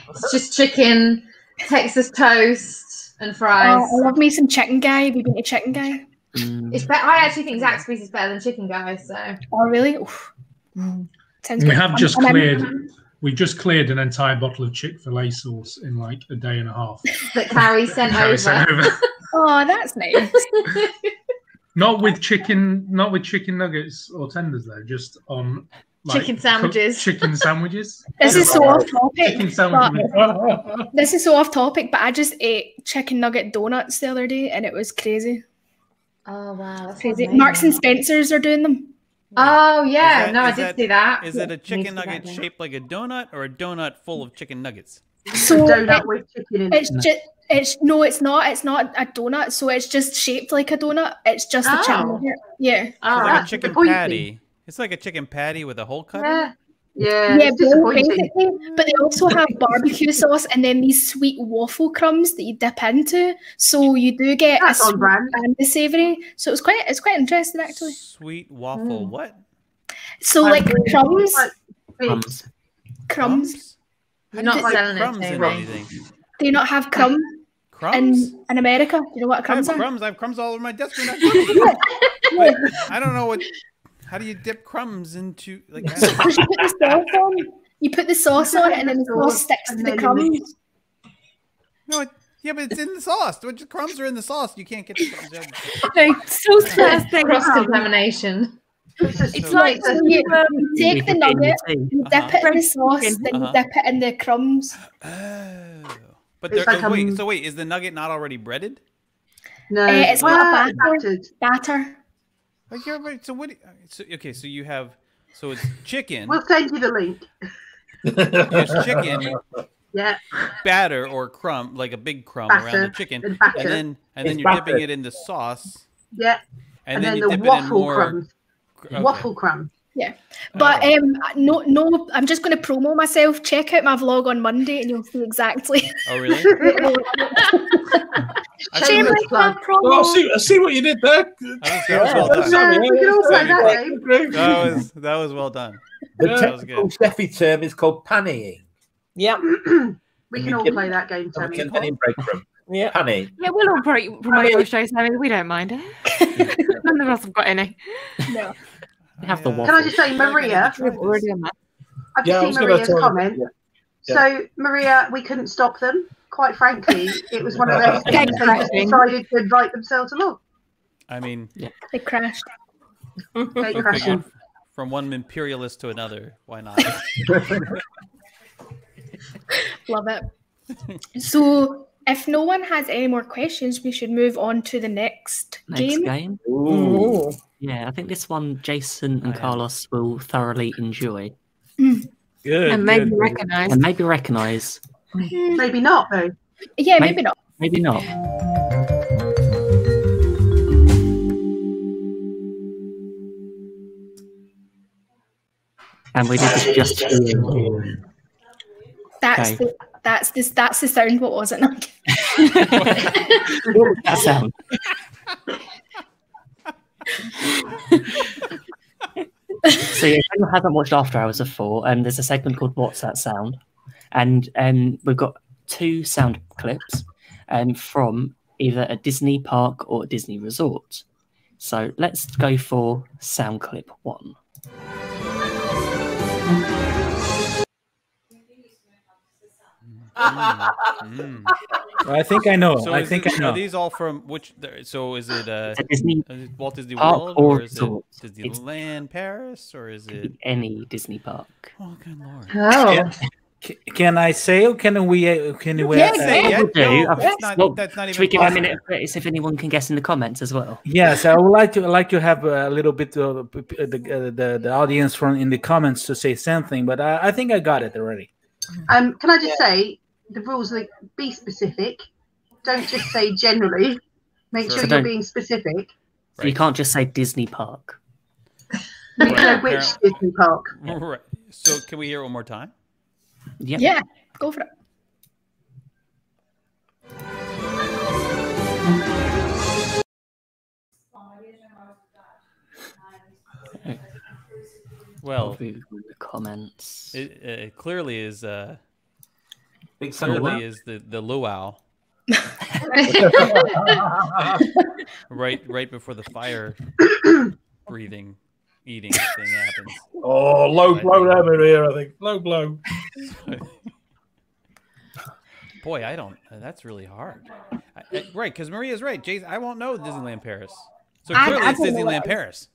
It's just chicken, Texas toast, and fries.
Oh, I love me some chicken guy. Have you been to chicken guy?
It's better. I actually think Zaxby's is better than Chicken Guy. So
Oh, really? Oof. Sounds
We
good.
have
I'm-
just
I'm in.
cleared. We just cleared an entire bottle of Chick Fil A sauce in like a day and a half.
that Carrie sent
Carrie
over.
sent over.
Oh, that's nice.
Not with chicken, not with chicken nuggets or tenders though. Just on like,
Chicken
cooked
sandwiches.
Chicken sandwiches.
This is so off topic.
Chicken sandwiches.
but- this is so off topic, but I just ate chicken nugget donuts the other day, and it was crazy.
Oh wow, that's
Crazy.
amazing.
Marks and Spencers are doing them.
Oh
Is
yeah,
that-
no, I
is
did see that.
Is it a chicken
Needs to
nugget
go
shaped like a donut or a donut full of chicken nuggets?
So it- It's
No.
just. It's no, it's not. It's not a donut. So it's just shaped like a donut. It's just a chicken.
Oh.
nugget. Yeah.
it's like a chicken patty. It's like a chicken patty with a hole cut. in it.
Yeah, it's
but
disappointing.
basically, but they also have barbecue sauce and then these sweet waffle crumbs that you dip into. So you do get
That's
a
on
sweet and the savoury. So it's quite it's quite interesting actually.
Sweet waffle. What?
So like crumbs,
Crumbs.
crumbs.
You're not
Do-
selling it
Crumbs
to
in
me.
anything.
Do you not have crumb
Crumbs.
in in America? Do you know what
I have
crumbs are?
crumbs. I have crumbs all over my desk. When I, I- I don't know what. How do you dip crumbs into like? I don't-
'Cause you put the sauce on. You put the sauce on, and then the sauce sticks to the crumbs.
no, it, yeah, but it's in the sauce. The crumbs are in the sauce. You can't get the crumbs out.
so
down.
disgusting.
Cross contamination.
It's like
So
when
you,
you, um,
you take the
Maybe
nugget,
potato.
you dip it in the sauce,
chicken.
then you
Uh-huh.
dip it in the crumbs.
But
It's
there,
like,
oh, wait,
um,
so wait, is the nugget not already breaded?
No,
Uh, it's
well,
got a batter. batter.
Oh, yeah, right. So what? do you- So, okay, so you have so it's chicken.
we'll send you the link.
There's chicken
Yeah,
batter or crumb, like a big crumb around the
Batter.
chicken,
It's
and
batter.
then and then
It's
you're
batter.
dipping it in the sauce,
yeah.
and,
And
then,
then
you
the
dip it in
waffle
more.
crumbs.
Okay.
Waffle crumb.
Yeah.
Oh.
But um, no, no, I'm just going to promo myself. Check out my vlog on Monday and you'll see exactly.
Oh really? I
Shameless
think-
plug
Well,
Oh,
I
promo.
see, I see what you did there.
that was well done.
Sammy,
we can all play that
Sammy,
game.
great.
That was that was well done.
The
That was
technical
good.
chefy term is called panning.
Yeah.
We can all play that game, Sammy.
Panning break room.
Yeah.
Panning.
yeah, we'll all pro- promote your show, Sammy. We don't mind. None of us have got any.
No.
Have the waffle.
Can I just say, Maria?
We've already done that.
I've
Yeah, I
just
was
seen
gonna
Maria's
tell you.
comment.
Yeah.
So, Maria, we couldn't stop them. Quite frankly, it was one of those
Yeah,
things they just
crashing.
decided to invite themselves along.
I mean,
They crashed.
They
from
crashed.
one- from one imperialist to another, why not?
Love it. So, if no one has any more questions, we should move on to the next,
Next game.
Ooh.
Oh,
Yeah, I think this one Jason and Carlos will thoroughly enjoy.
Mm.
Good.
And maybe good. recognise.
And maybe recognise.
Maybe not though.
Yeah,
Hmm. May-
maybe not.
Maybe not. And we did this just for you.
That's
Okay.
the that's this that's the sound. What was it? No, I'm kidding.
That sound. so yeah, if anyone hasn't watched After Hours of Four, um, there's a segment called What's That Sound? And um, we've got two sound clips um, from either a Disney park or a Disney resort. So let's go for sound clip one.
Mm.
I think I know.
So
I
is
think
it-
I know.
Are these all from which? there- So is it uh,
a Disney
is it Walt Disney
park
World
or
or is it
resort. It's-
Disneyland Paris or is it?
Any Disney park.
Oh good lord!
Can,
Oh.
can I say or can we? uh, Can we?
Yeah,
uh,
we'll do. I've- well, should we give a
possible.
minute for it, see if anyone can guess in the comments as well?
Yes, I would like to like to have a little bit of p- p- the uh, the, the audience from in the comments to say something, but I, I think I got it already.
Um, can I just say the rules are be specific. Don't just say generally. Make sure
Sure. So
you're
don't-
being specific.
So you can't just say Disney park.
You know which Disney park.
Right. So can we hear it one more time?
Yeah.
Yeah, go for it.
Well,
the comments.
It, it clearly is. Uh,
Big
thunder
clearly
wave.
is the the luau right right before the fire breathing eating thing happens.
Oh, low blow over here, I think. Low blow.
Boy, I don't. uh, that's really hard. I, I, right, because Maria's right. Jason, I won't know Disneyland Paris. So
I-
clearly,
I
it's
don't know what
Disneyland
it is.
Paris.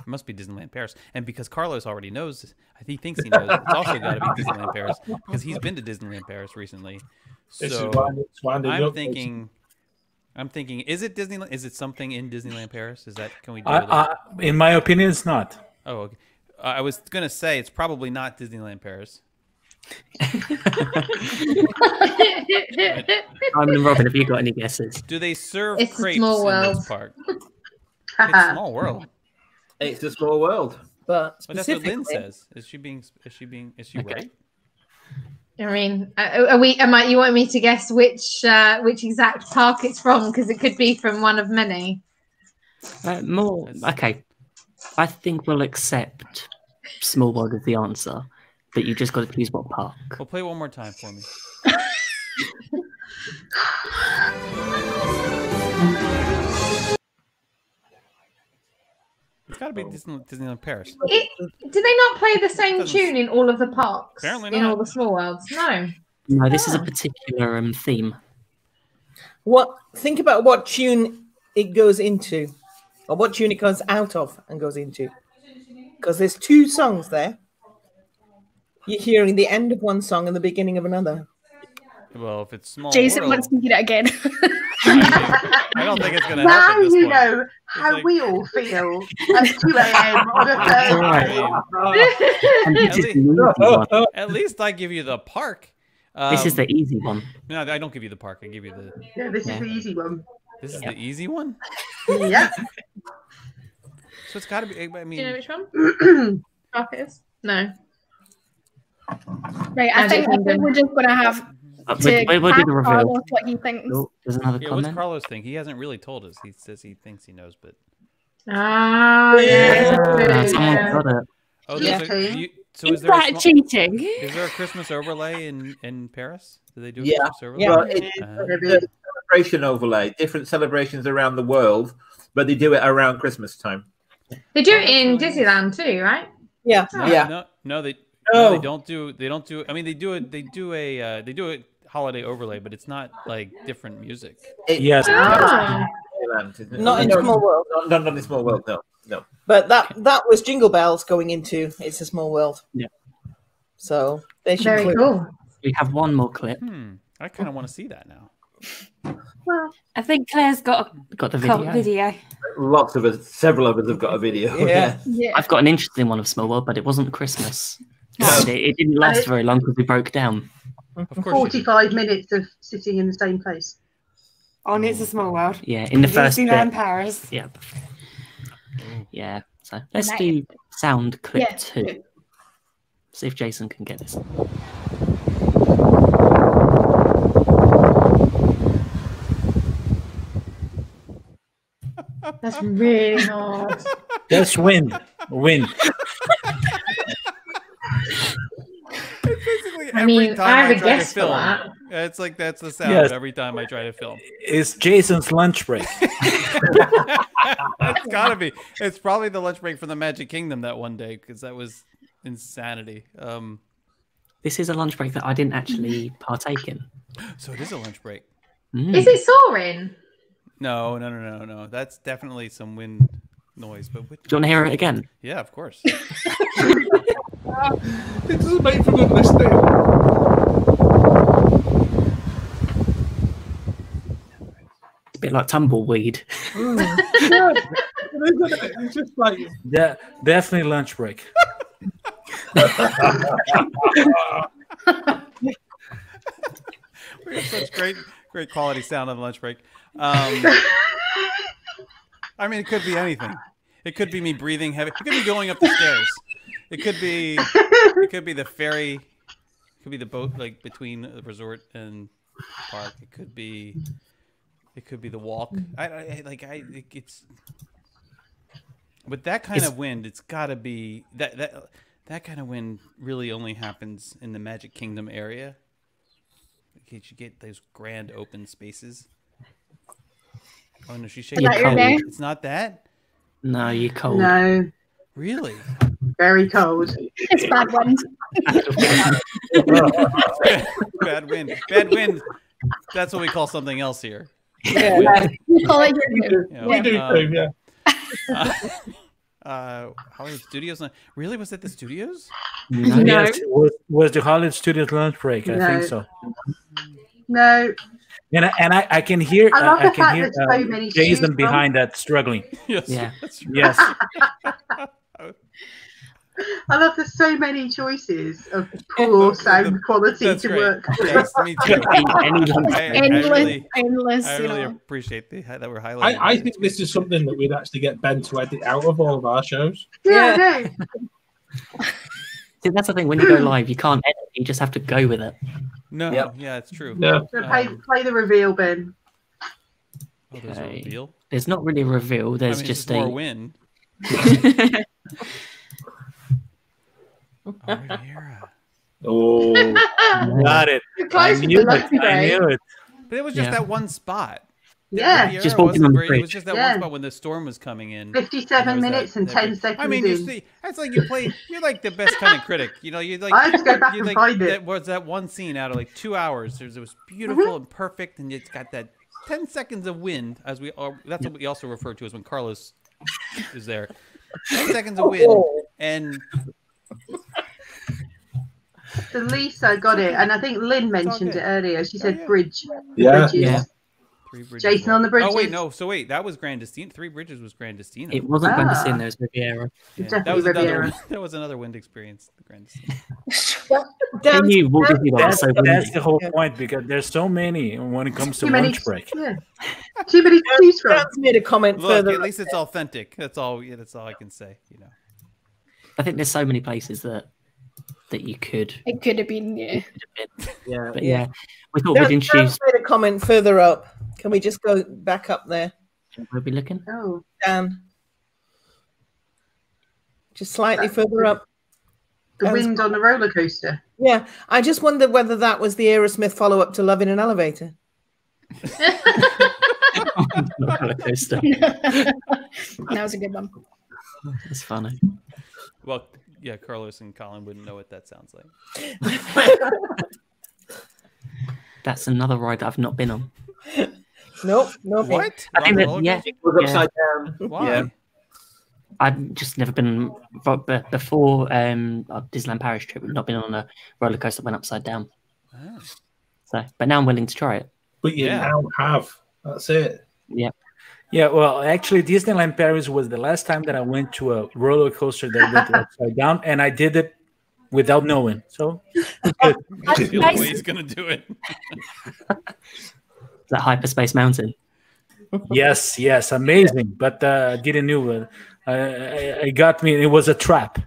It must be Disneyland Paris, and because Carlos already knows, I think he thinks he knows. It's also got to be Disneyland Paris because he's been to Disneyland Paris recently.
This is
So
winding- it's winding
I'm
up,
thinking. I'm thinking. Is it Disneyland? Is it something in Disneyland Paris? Is that can we do
I, I, in my opinion, it's not.
Oh, okay. I I was gonna say it's probably not Disneyland Paris.
I'm and Robin. Have you got any guesses?
Do they serve
It's a
crepes
small
in
world.
this park? It's small world.
It's a small world.
But
But that's what Lynn
specifically-
says. Is she being? Is she being? Is she right?
I mean, uh, are we? Am I, you want me to guess which uh, which exact park it's from? Because it could be from one of many.
Uh, more okay. I think we'll accept Small World as the answer, but you've just got to choose what park.
Well, play one more time for me. it's got to
Oh.
be Disney, Disneyland Paris.
It, do they not play the same tune in all of the parks?
Apparently
in
not.
all the small worlds. No.
No, this
Ah.
is a particular um, theme.
What? Think about what tune it goes into, or what tune it comes out of and goes into, because there's two songs there. You're hearing the end of one song and the beginning of another.
Well, if it's small
Jason
world,
wants to hear it again.
I don't think it's gonna
Now
happen. This
you
point.
know how we all feel at 2 a.m. on a Thursday.
And this is the easy one.
At, least, at least I give you the park.
this is
Um,
the easy one.
No, I don't give you the park. I give you the.
Yeah, this
Yeah.
is the easy one.
This is the easy one.
Yeah.
So it's got to be. I
Do you know
mean,
which one? park it is? No.
Right, I
Magic
think, I think
Kingdom.
we're just gonna have
Uh,
to
we- we- we'll do
ask
the reveal.
Carlos what he thinks.
Oh, there's another
yeah, what's
comment.
Carlos think? He hasn't really told us. He says he thinks he knows, but
Ah, yeah.
Ah, someone got it.
oh,
Yeah.
there's a, you, so
Is
is there a
that
small-
cheating?
Is there a Christmas overlay in in Paris? Do they do a
Yeah,
Christmas overlay?
well, it-
Uh,
it's a celebration overlay, different celebrations around the world, but they do it around Christmas time.
They do it in Disneyland too, right? Oh.
Yeah.
no,
yeah.
No, no, they
No.
no, they don't do they don't do. I mean, they do it. They do a uh, they do a holiday overlay, but it's not like different music.
It-
Yes.
Ah.
Disneyland, isn't it?
Not in
No,
Small World.
Not, not, not in small world. No, no.
But that that was Jingle Bells going into It's a Small World.
Yeah.
So they should
Very
include-
cool.
We have one more clip.
Hmm. I kind of want to see that now.
I think Claire's got a
Got the
cult
video.
video.
Lots of us, several of us have got a video.
Yeah.
I've got an interesting one of Small World, but it wasn't Christmas. And it, it didn't last very long because we broke down.
Of
Forty-five minutes of sitting in the same place.
On Oh, It's a Small World.
Yeah, in the first
Disneyland
bit.
Paris.
Yeah. Yeah. So let's do sound clip
Yeah.
two. See if Jason can get this.
That's really hard.
That's wind. Wind.
Basically,
I mean,
every time
I
I,
have a
try
guess
to
for
film,
that.
it's like that's the sound
Yes.
every time I try to film.
It's Jason's lunch break.
it's gotta be. It's probably the lunch break from the Magic Kingdom that one day because that was insanity. Um,
This is a lunch break that I didn't actually partake in. Mm.
so it is a lunch break.
Is it soaring?
No, no, no, no, no. That's definitely some wind noise. But which...
Do you want to hear it again?
Yeah, of course.
It doesn't make for good listening.
It's a bit like tumbleweed.
It's just like
Yeah, definitely lunch break.
we have such great, great quality sound on the lunch break. Um, I mean, it could be anything. It could be me breathing heavy. It could be going up the stairs. It could be. It could be the ferry. It could be the boat, like between the resort and park. It could be. It could be the walk. I, I I- like. I it, it's. With that kind
It's-
of wind, it's got to be that that that kind of wind really only happens in the Magic Kingdom area. You should get those grand open spaces. Oh no, she's shaking.
that your
her head.
name?
It's not that.
No, you're cold.
No,
Really?
very cold.
It's bad wind.
Bad wind. Bad wind. That's what we call something else here.
Yeah. You call it your
You
name.
know,
We do
um,
too, yeah.
Uh, Hollywood Studios. not- Really? Was that the studios?
Yes, it was, was the Hollywood Studios lunch break? I think
No.
so.
No,
And I, and I, I can hear
I love
I, I
the
can
fact
hear uh,
that so many shoes
Jason
on.
behind that struggling.
Yes.
Yeah.
That's
Yes.
I love there's so many choices of poor sound quality
That's
to
great.
work.
Yes, me too. I, I really,
endless,
I
you
really
know.
appreciate the, that we're highlighting.
I, I think this is something that we'd actually get Ben to edit out of all of our shows.
Yeah, no.
See, that's the thing. When you go live, you can't edit. You just have to go with it.
no, yeah, it's true.
Yeah.
So
Um,
play, play the reveal, Ben.
oh, there's a
Okay.
reveal.
There's not really a reveal. There's
I mean,
just
it's more
a.
wind.
Oh,
got it.
You're
I
close to the
knew it. I
lunch
knew it.
But it was just
Yeah.
that one spot.
Yeah.
Riviera
Just walking
wasn't
on the
very- It was
bridge.
just that
Yeah.
one spot when the storm was coming in. and there
57
was hmm. that-
minutes and
that
10
bit.
seconds
I mean, you
in.
see, that's like you play. You're like the best kind of critic. You know, you like.
I have to go back
you
and
like,
find it.
That was that one scene out of like two hours. There's, it was beautiful
Mm-hmm.
and perfect, and it's got that ten seconds of wind, as we are. That's what we also refer to as when Carlos is there. Ten seconds of wind, and
So Lisa got it, and I think Lynn mentioned
good.
it earlier. She said
yeah.
bridge.
Yeah.
Bridges.
Yeah.
three bridges.
Jason on the
bridge. Oh wait,
bridges.
no. So wait, that was Grandestino. Three bridges was Grandestino.
It wasn't
Ah.
Grandisino. It was Riviera.
Yeah, that
Definitely
was another.
Riviera.
That was another wind experience. The Grandestino.
They knew Walt Disney World was
That's,
so
that's
windy.
the whole point because there's so many when it comes to
Too many-
lunch break.
Yeah. Too many to choose from.
Dan's made a comment
Look,
further.
at least it's authentic. That's all. Yeah, that's all I can say. You know.
I think there's so many places that that you could.
It could have been yeah.
Yeah.
But
Yeah.
yeah, we thought
Dan's
we'd introduce.
made a comment further up. Can we just go back up there,
We'll be looking.
Oh,
Dan? Just slightly further up.
the
That was-
wind on the roller coaster.
Yeah, I just wonder whether that was the Aerosmith follow up to Love in an Elevator.
roller coaster.
That was a good one.
That's funny.
Well, yeah, Carlos and Colin wouldn't know what that sounds like.
That's another ride that I've not been on.
Nope, nope.
What?
I think that-
Rock roller
yeah.
coaster?
It was
Yeah.
upside down.
Why?
Yeah.
I've just never been but but before um our Disneyland Paris trip. We've not been on a roller coaster that went upside down.
Oh.
So, but now I'm willing to try it.
but you now have. That's it.
Yeah.
Yeah, well, actually, Disneyland Paris was the last time that I went to a roller coaster that went upside down, and I did it without knowing. So, good.
I feel the way he's gonna do it.
that hyperspace mountain.
yes, yes, amazing. But uh, didn't know. Uh, I, I got me. It was a trap.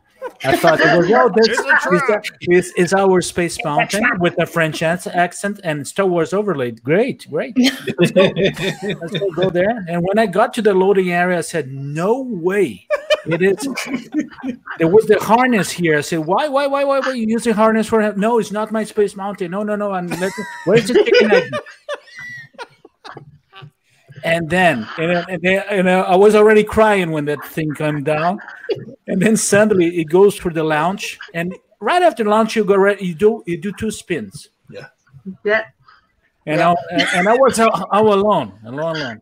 I thought it was oh, this
It's a
is, that- is, is our space mountain with a French ans- accent and Star Wars overlay. Great, great. Let's go. Let's go, go there. And when I got to the loading area, I said, "No way." It is. There was the harness here. I said, "Why, why, why, why were you using harness for?" him?" No, it's not my space mountain. No, no, no. And let where's the chicken egg? And then, and, then- and, then- and uh, I was already crying when that thing came down. And then suddenly it goes for the launch, and right after launch you go re- you do you do two spins.
Yeah.
Yeah.
And I and I was all, all alone, alone, alone.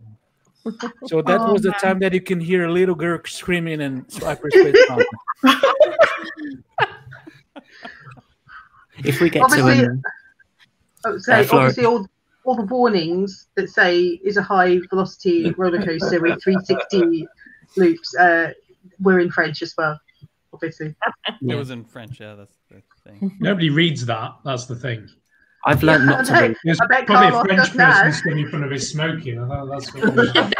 So that
Oh,
was the
man.
time that you can hear a little girl screaming and hyperspace mountain.
If we get
Obviously-
to um,
I would say
Uh, Flora-
Oh, obviously all all the warnings that say is a high velocity roller coaster with 360 loops uh, were in French as well, obviously.
It was in French. Yeah, that's the thing.
Nobody reads that. That's the thing.
I've
learned
learned not to
read.
read.
There's
I bet
probably
Carlos
a French
does now.
person standing in front of his smoking. I thought that's what it is.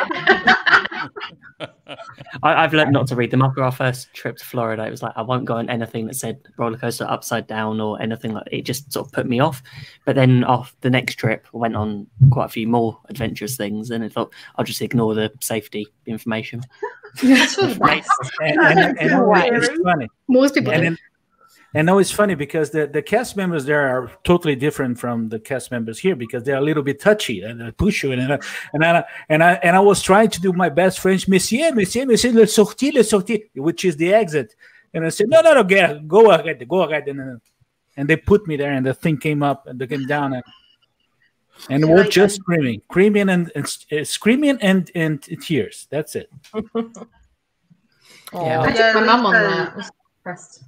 I, I've learned not to read them after our first trip to Florida. It was like I won't go on anything that said roller coaster upside down or anything like it. Just sort of put me off. But then off the next trip, I went on quite a few more adventurous things, and I thought I'll just ignore the safety information.
and, and, and now it's funny.
Most people
And,
do.
then- and now it's funny because the, the cast members there are totally different from the cast members here because they're a little bit touchy and they push you and and I, and I and I and I was trying to do my best French, Monsieur, Monsieur, Monsieur, le sortie, le sortie, which is the exit. And I said, No, no, no, get, go ahead, go ahead, and uh, and they put me there, and the thing came up and they came down and. And we're just screaming, screaming, and, and uh, screaming, and and tears. That's it.
Yeah, I took my mum on that. I was impressed.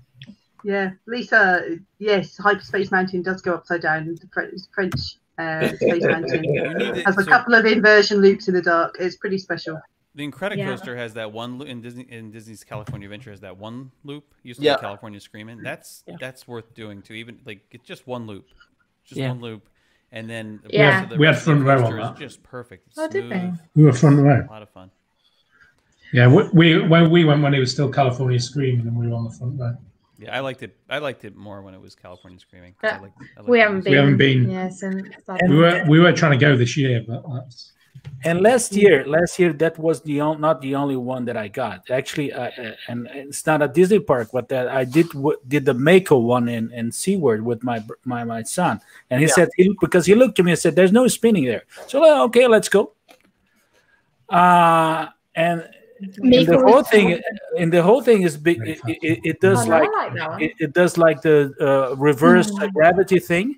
Yeah, Lisa. Yes, Hyperspace Mountain does go upside down. The Fre- French uh, Space Mountain has a couple of inversion loops in the dark. It's pretty special.
The Incredicoaster
Yeah.
coaster has that one loop in Disney in Disney's California Adventure has that one loop. Used to
Yeah.
be California Screaming. That's that's worth doing too. Even like it's just one loop, just
Yeah.
one loop, and then the
Yeah.
rest of the
We had
rest of the
fun row on
coaster is
that.
Just perfect. It's
Oh, did they?
smooth.
We were front row.
A lot of fun.
Yeah, we, we when we went when it was still California screaming, and we were on the front row.
Yeah, I liked it. I liked it more when it was California Screaming. 'cause I
Uh,
liked- I liked
We
um,
it.
haven't been.
We haven't been.
Yes, and
We were we were trying to go this year, but that's
And last year, last year that was the on, not the only one that I got. Actually, I, I- and it's not a Disney park, but that I did w- did the Mako one in in SeaWorld with my br- my my son, and he
Yeah.
said he, because he looked at me and said, "There's no spinning there." So well, okay, let's go. Uh and. and the
Mako
whole
is
thing, uh,
fun.
and the whole thing is big. It, it- it, it
Oh,
does
no, I
like,
like that one.
it, it does like the uh, reverse
Mm.
gravity thing,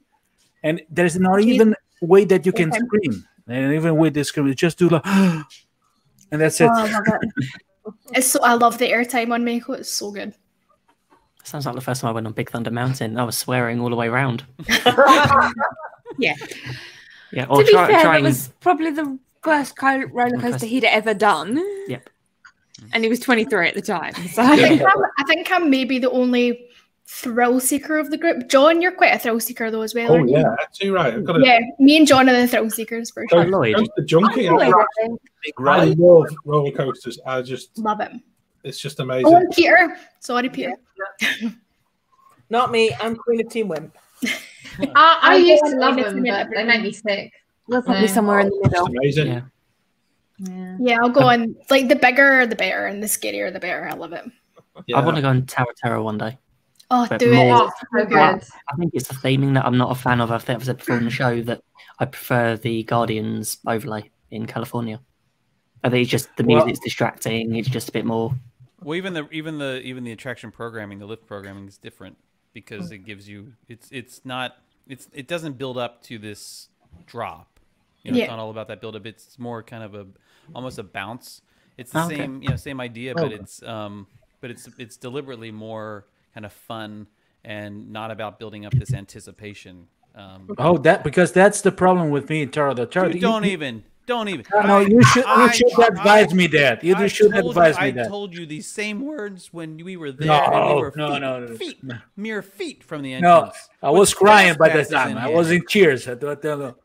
and there's not even way that you can
Okay.
scream, and even with this scream, you just do like, and that's it.
Oh, I love It's so I love the airtime on Mako. It's so good.
Sounds like the first time I went on Big Thunder Mountain. I was swearing all the way around.
Yeah.
Yeah, or
to be
Oh, try,
fair,
trying.
that was probably the worst co- roller coaster he'd ever done.
Yep.
And he was 23 at the time. So
I think I'm, I think I'm maybe the only thrill seeker of the group. John, you're quite a thrill seeker though as well.
Oh
aren't you?
yeah, actually right. I've got a Oh,
Yeah, me and John are the thrill seekers for sure.
Coast- Coaster junkie.
I
I,
love
I
Right.
love roller coasters. I just
Love him.
it's just amazing.
Oh, and Peter. Sorry, Peter.
Not me. I'm queen of Team Wimp.
I, I
I'm
used
going
to love
on
them,
Instagram
but they make me sick.
We're probably
Yeah.
somewhere in the middle.
amazing.
Yeah, I'll go on. Like the bigger the better, and the scarier the better. I love it.
I want to go on Tower Terror one day.
Oh,
But
do it.
more-
Oh, so good.
I think it's the theming that I'm not a fan of. I think I've said before on the show that I prefer the Guardians overlay in California. I think it's just the
Well-
music's distracting. It's just a bit more.
Well, even the even the even the attraction programming, the lift programming is different because it gives you it's it's not it's it doesn't build up to this drop. You know,
Yeah.
it's not all about that build up. It's more kind of a almost a bounce. It's the
Oh, Okay. Oh.
same you know same idea, but
Okay.
it's um but it's it's deliberately more kind of fun and not about building up this anticipation Um,
Oh, that because that's the problem with me, Taro. The Taro,
dude,
you-
don't even, don't even.
No, no, you should- you
I-
should
I-
advise me that. You
I
should
told
advise me
I
that.
told you these same words when we were there. and we
No,
were
no,
feet,
no, no.
feet, mere feet from the
No,
entrance.
I was crying by that
fast passes in
time. I
here.
was in tears. I don't tell you.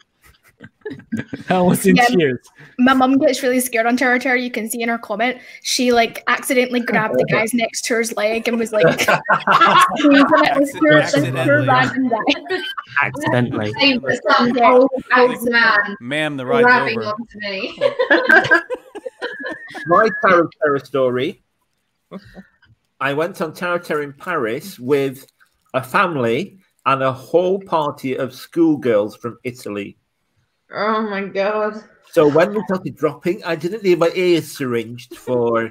I was in
Yeah.
tears.
My mum gets really scared on Terror Terror. You can see in her comment, she like accidentally grabbed the guy's next to her's leg and was like, squeezing it with her, like, her
Accidentally.
random guy.
Accidentally.
Same for some old, old man
Ma'am, the ride's
grabbing
over.
onto me.
My tarot terror story. I went on tarot terror in Paris with a family and a whole party of schoolgirls from Italy.
Oh my god.
So when we started dropping, I didn't leave my ears syringed for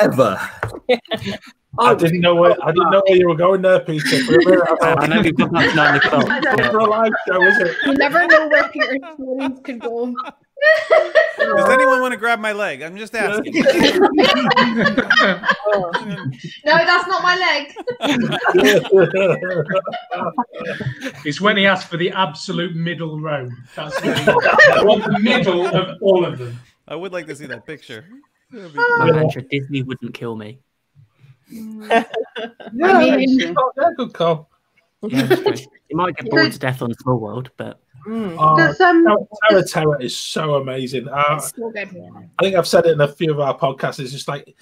ever.
oh,
I didn't know where I didn't know where you were going there, Peter. For a minute, thought-
Oh, I know you've got that nine o'clock.
For a live show, is it?
You never know where Peter's feelings could go.
Does anyone want to grab my leg? I'm just asking.
No, that's not my leg.
It's when he asked for the absolute middle row. That's when I want the middle of all of them.
I would like to see that picture. That'd be
My
cool.
mantra, Disney wouldn't kill me.
Yeah,
I mean-
it's- oh, yeah, good call.
Yeah, that's true. you might get bored to death on Small World, but
Oh,
Does, um,
Terra Terra is so amazing. Uh,
It's so good.
I think I've said it in a few of our podcasts. It's just like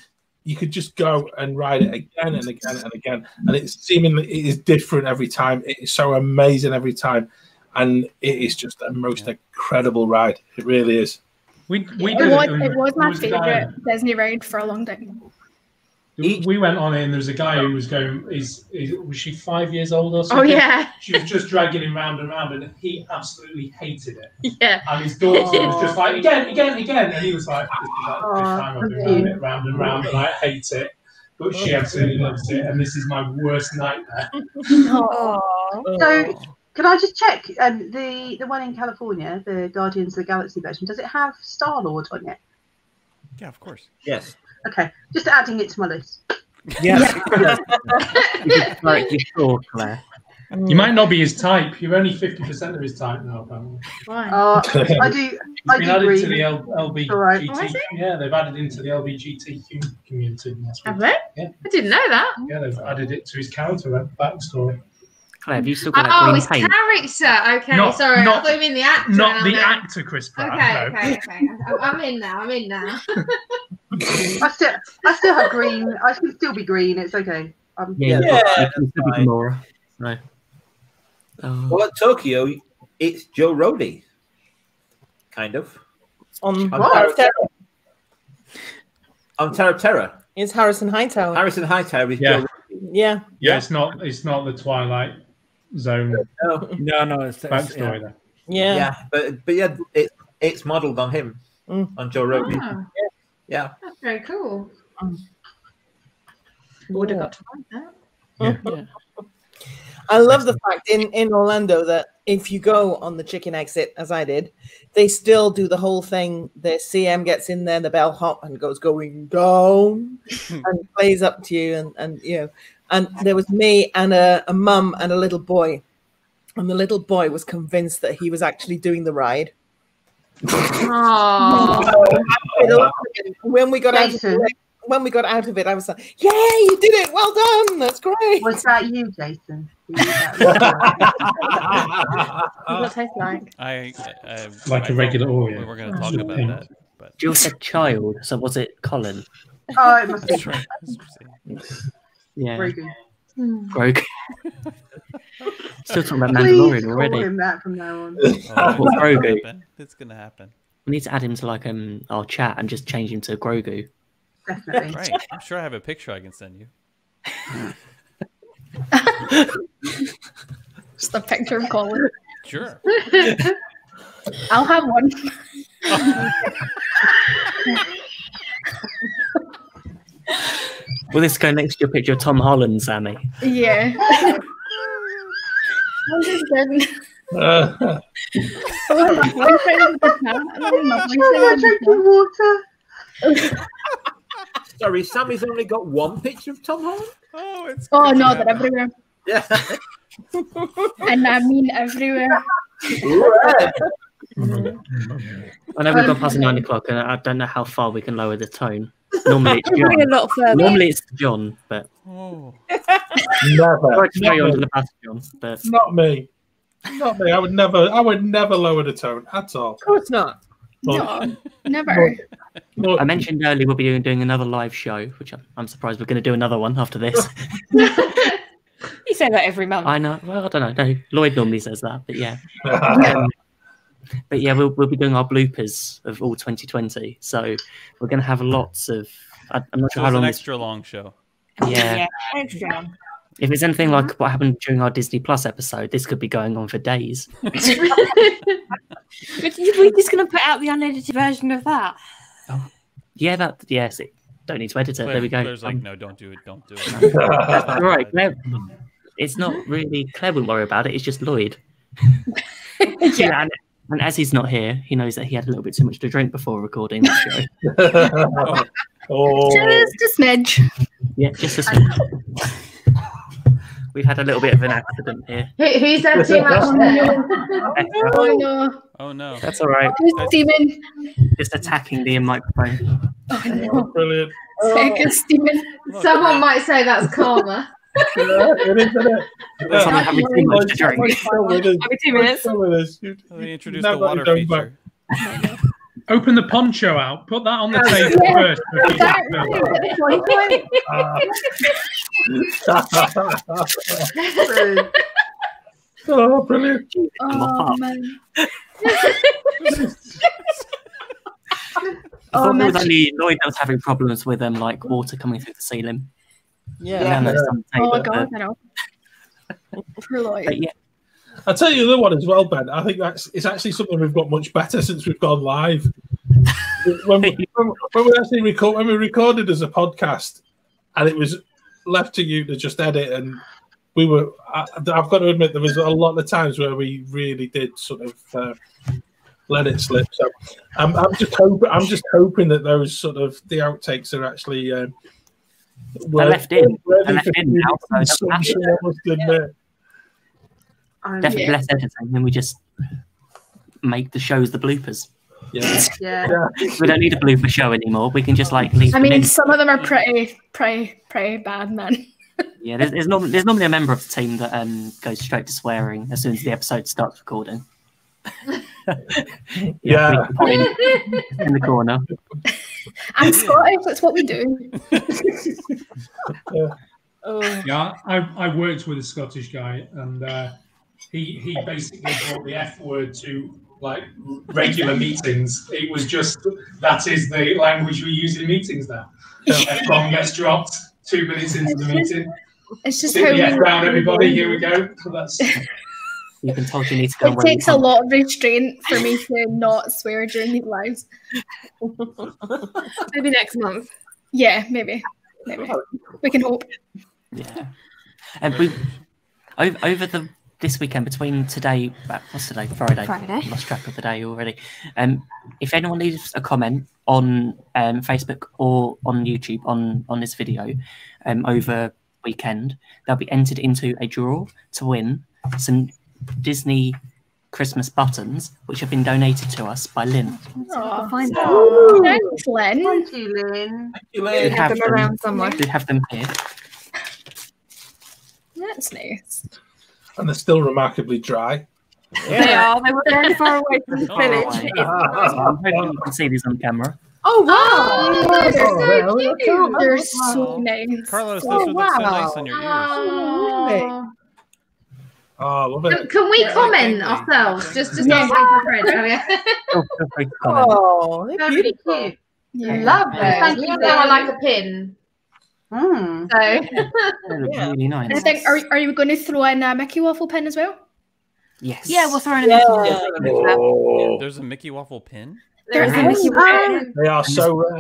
you could just go and ride it again and again and again, and it's seemingly it is different every time. It is so amazing every time, and it is just the most incredible ride. It really is.
We we
It
did
was,
and
it was my
there was a guy-
favourite Disney ride for a long time.
We went on it, and there was a guy who was going. Is, is was she five years old or
Oh
something?
yeah.
She was just dragging him round and round, and he absolutely hated it.
Yeah.
And his daughter was just like, again, again, again. And he was like, this is like the fifth
Aw,
time I've been
Oh, thank
round
you.
it, round and round, and I hate it. But she absolutely loves it, and this is my worst nightmare.
Oh.
So, can I just check um, the the one in California, the Guardians of the Galaxy version? Does it have Star Lord on it?
Yeah, of course.
Yes.
Okay, just adding it to my list.
Yes.
Directly sure, Claire.
You might not be his type. You're only fifty percent of his type now, apparently.
Uh, I do.
It's
I
been
do
added
agree.
to the L- LBGT.
Alright. Oh, is it?
Yeah, they've added into the LBGT community. and that's
Have
what-
they?
Yeah.
I didn't know that.
Yeah, they've added it to his character that backstory.
Claire, have you still got that
Oh,
green
it's
paint?
character. Okay,
Not-
sorry.
not-
I thought you mean the actor.
Not
and I'm
the
like,
actor, Chris Pratt.
Okay,
no.
okay, okay. I'm- I'm in now. I'm in now.
I still, I still have green. I should still be green. It's okay. Um,
Yeah,
Yeah,
yeah. Mora. No. Oh.
Well, at Tokyo, it's Joe Rody, kind of.
On
On Tarot
Terra
Terror. On Tarot Oh, Terror.
is Harrison Hightower.
Harrison Hightower is
Yeah.
Joe
yeah.
Yeah, it's not. It's not the Twilight Zone
Rody. No.
No, no, it's, it's yeah.
backstory. There.
Yeah.
Yeah, but but yeah, it, it's modelled on him,
Mm.
on Joe Rody.
Ah.
Oh,
Yeah.
that's very cool. Would have got to find that.
I love the fact in, in Orlando that if you go on the chicken exit, as I did, they still do the whole thing. The CM gets in there, the bell hop and goes going down and plays up to you. And, and you know, and there was me and a, a mum and a little boy. And the little boy was convinced that he was actually doing the ride.
Oh,
When we got out of
Jason.
it, when we got out of it, I was like, "Yay, you did it! Well done! That's great!"
Was that you, Jason? Were you that-
what tastes like?
I, I
Like
a
a regular Oreo.
We were going to talk
Sort of
about
pink.
that. But
Jill said child, so was it Colin?
oh, it must be
that's right.
Yeah.
Grogu.
Hmm.
Grogu. Still talking about
Please
Mandalorian
call
already.
him that from now on.
Oh,
Well,
it's gonna
Grogu.
happen. It's going to happen.
We need to add him to like um our chat and just change him to Grogu.
Definitely.
Right. I'm sure I have a picture I can send you.
Just a picture of Colin.
Sure.
I'll have one.
Will this go next to your picture of Tom Holland, Sammy?
Yeah. I'm just kidding.
Uh,
Oh, my boyfriend in the chat. Oh, my boyfriend in the chat.
water.
Sorry, Sammy's only got one picture of Tom Holland.
Oh, it's good
Oh,
to
no,
have
they're
that.
everywhere.
Yeah.
and I mean everywhere.
I know we've gone past nine o'clock, and I don't know how far we can lower the tone. Normally, it's
Probably
John.
a lot further.
Normally, it's John, but
Never.
I'd carry on to the past John. But
Not me. Not me. I would never. I would never lower the tone at all.
Of course not.
No, never.
I mentioned earlier we'll be doing, doing another live show, which I'm, I'm surprised we're going to do another one after this.
You say that every month.
I know. Well, I don't know. No, Lloyd normally says that, but yeah. Um, but yeah, we'll, we'll be doing our bloopers of all 2020. So we're going to have lots of. I, I'm not
So
sure how
it's an
long. this-
extra long show.
yeah.
Extra.
If it's anything
Mm-hmm.
like what happened during our Disney Plus episode, this could be going on for days.
But you- We're just going to put out the unedited version of that.
Yeah, that. Yes, it, don't need to edit it. there we go. Um,
There's like, no, don't do it, don't do it.
That's all right. Claire, it's not really Claire wouldn't worry about it. It's just Lloyd. yeah. And, and as he's not here, he knows that he had a little bit too much to drink before recording the show. Oh.
Just a smidge.
yeah, just a smidge. We've had a little bit of an accident here.
Who- who's had too
Oh,
much there?
Oh no.
Oh no.
That's all right.
Who's Steven?
Just attacking the microphone.
Oh no.
Brilliant.
Second Steven.
Someone might say that's karma.
That's someone having too much to drink.
Every
two minutes.
They introduced the
Nobody
water
goes
feature.
Open the poncho out. Put that on the
Yeah.
table first.
Uh,
oh, brilliant.
Oh man.
I
Oh,
thought it was
man.
only Lloyd that was having problems with um, like water coming through the ceiling. Yeah, no, some tape,
Oh my
but-
god, I know. Poor Lloyd.
But yeah,
I'll tell you the one as well, Ben. I think that's it's actually something we've got much better since we've gone live. when, we, when, when we actually record, when we recorded as a podcast, and it was left to you to just edit, and we were. I, I've got to admit, there was a lot of times where we really did sort of uh, let it slip. So I'm, I'm just hoping. I'm just hoping that those sort of the outtakes are actually. Um,
They're left in.
worthy
They're left
for
in now, so it doesn't matter.
consumption, I must admit.
Oh,
definitely
yeah.
less editing, then we just make the shows the bloopers.
Yeah.
Yeah.
we don't need a blooper show anymore. We can just like leave.
I
them
mean,
in.
some of them are pretty, pretty, pretty bad, man.
yeah. There's, there's, norm- there's normally a member of the team that um, goes straight to swearing as soon as the episode starts recording.
Yeah.
we can point in the corner.
I'm Scottish. That's what we do.
Yeah, I, I worked with a Scottish guy, and uh, he he basically brought the F word to like regular meetings. It was just that is the language we use in meetings now. F bomb gets dropped two minutes into the meeting.
It's just
Sit
how
the F
we.
down, everybody. Here we go. That's
You can tell you need to go.
It
away.
takes a lot of restraint for me to not swear during these lives.
Maybe next month.
Yeah, maybe, maybe we can hope.
Yeah. And Um, we over, over the this weekend between today, uh, what's today? Friday.
Friday.
Lost track of the day already. Um, if anyone leaves a comment on um, Facebook or on YouTube on on this video, um, over weekend, they'll be entered into a draw to win some Disney Christmas buttons, which have been donated to us by Lynn.
Oh,
find
thanks, Lynn.
Thank you, Lynn.
We have them around somewhere.
We have them here.
That's nice.
and they're still remarkably dry.
They are. They were very far away from
Oh,
the
Far
Oh,
village.
away.
It's-
I'm hoping you can see these on camera.
Oh wow!
Oh, they're so
Oh,
cute.
wow.
They're so nice.
Carlos, those
Oh,
would look so nice
wow.
on your ears.
Oh.
Oh, I love
Can-
it.
Can we comment ourselves? Just just
Yeah.
not for friends. I mean,
Feel free to comment.
Oh, they're
They're really cute.
Yeah.
Lovely.
Thank you,
Even though I
Lynn.
like a pin.
Mm.
So
They
Oh.
look really nice.
And I think are, are you going to throw in a Mickey waffle pin as well?
Yes.
Yeah, we'll throw in a Mickey Mouse.
Oh,
There's a Mickey waffle pin.
There is a Mickey Mouse.
they are so rare.
Oh.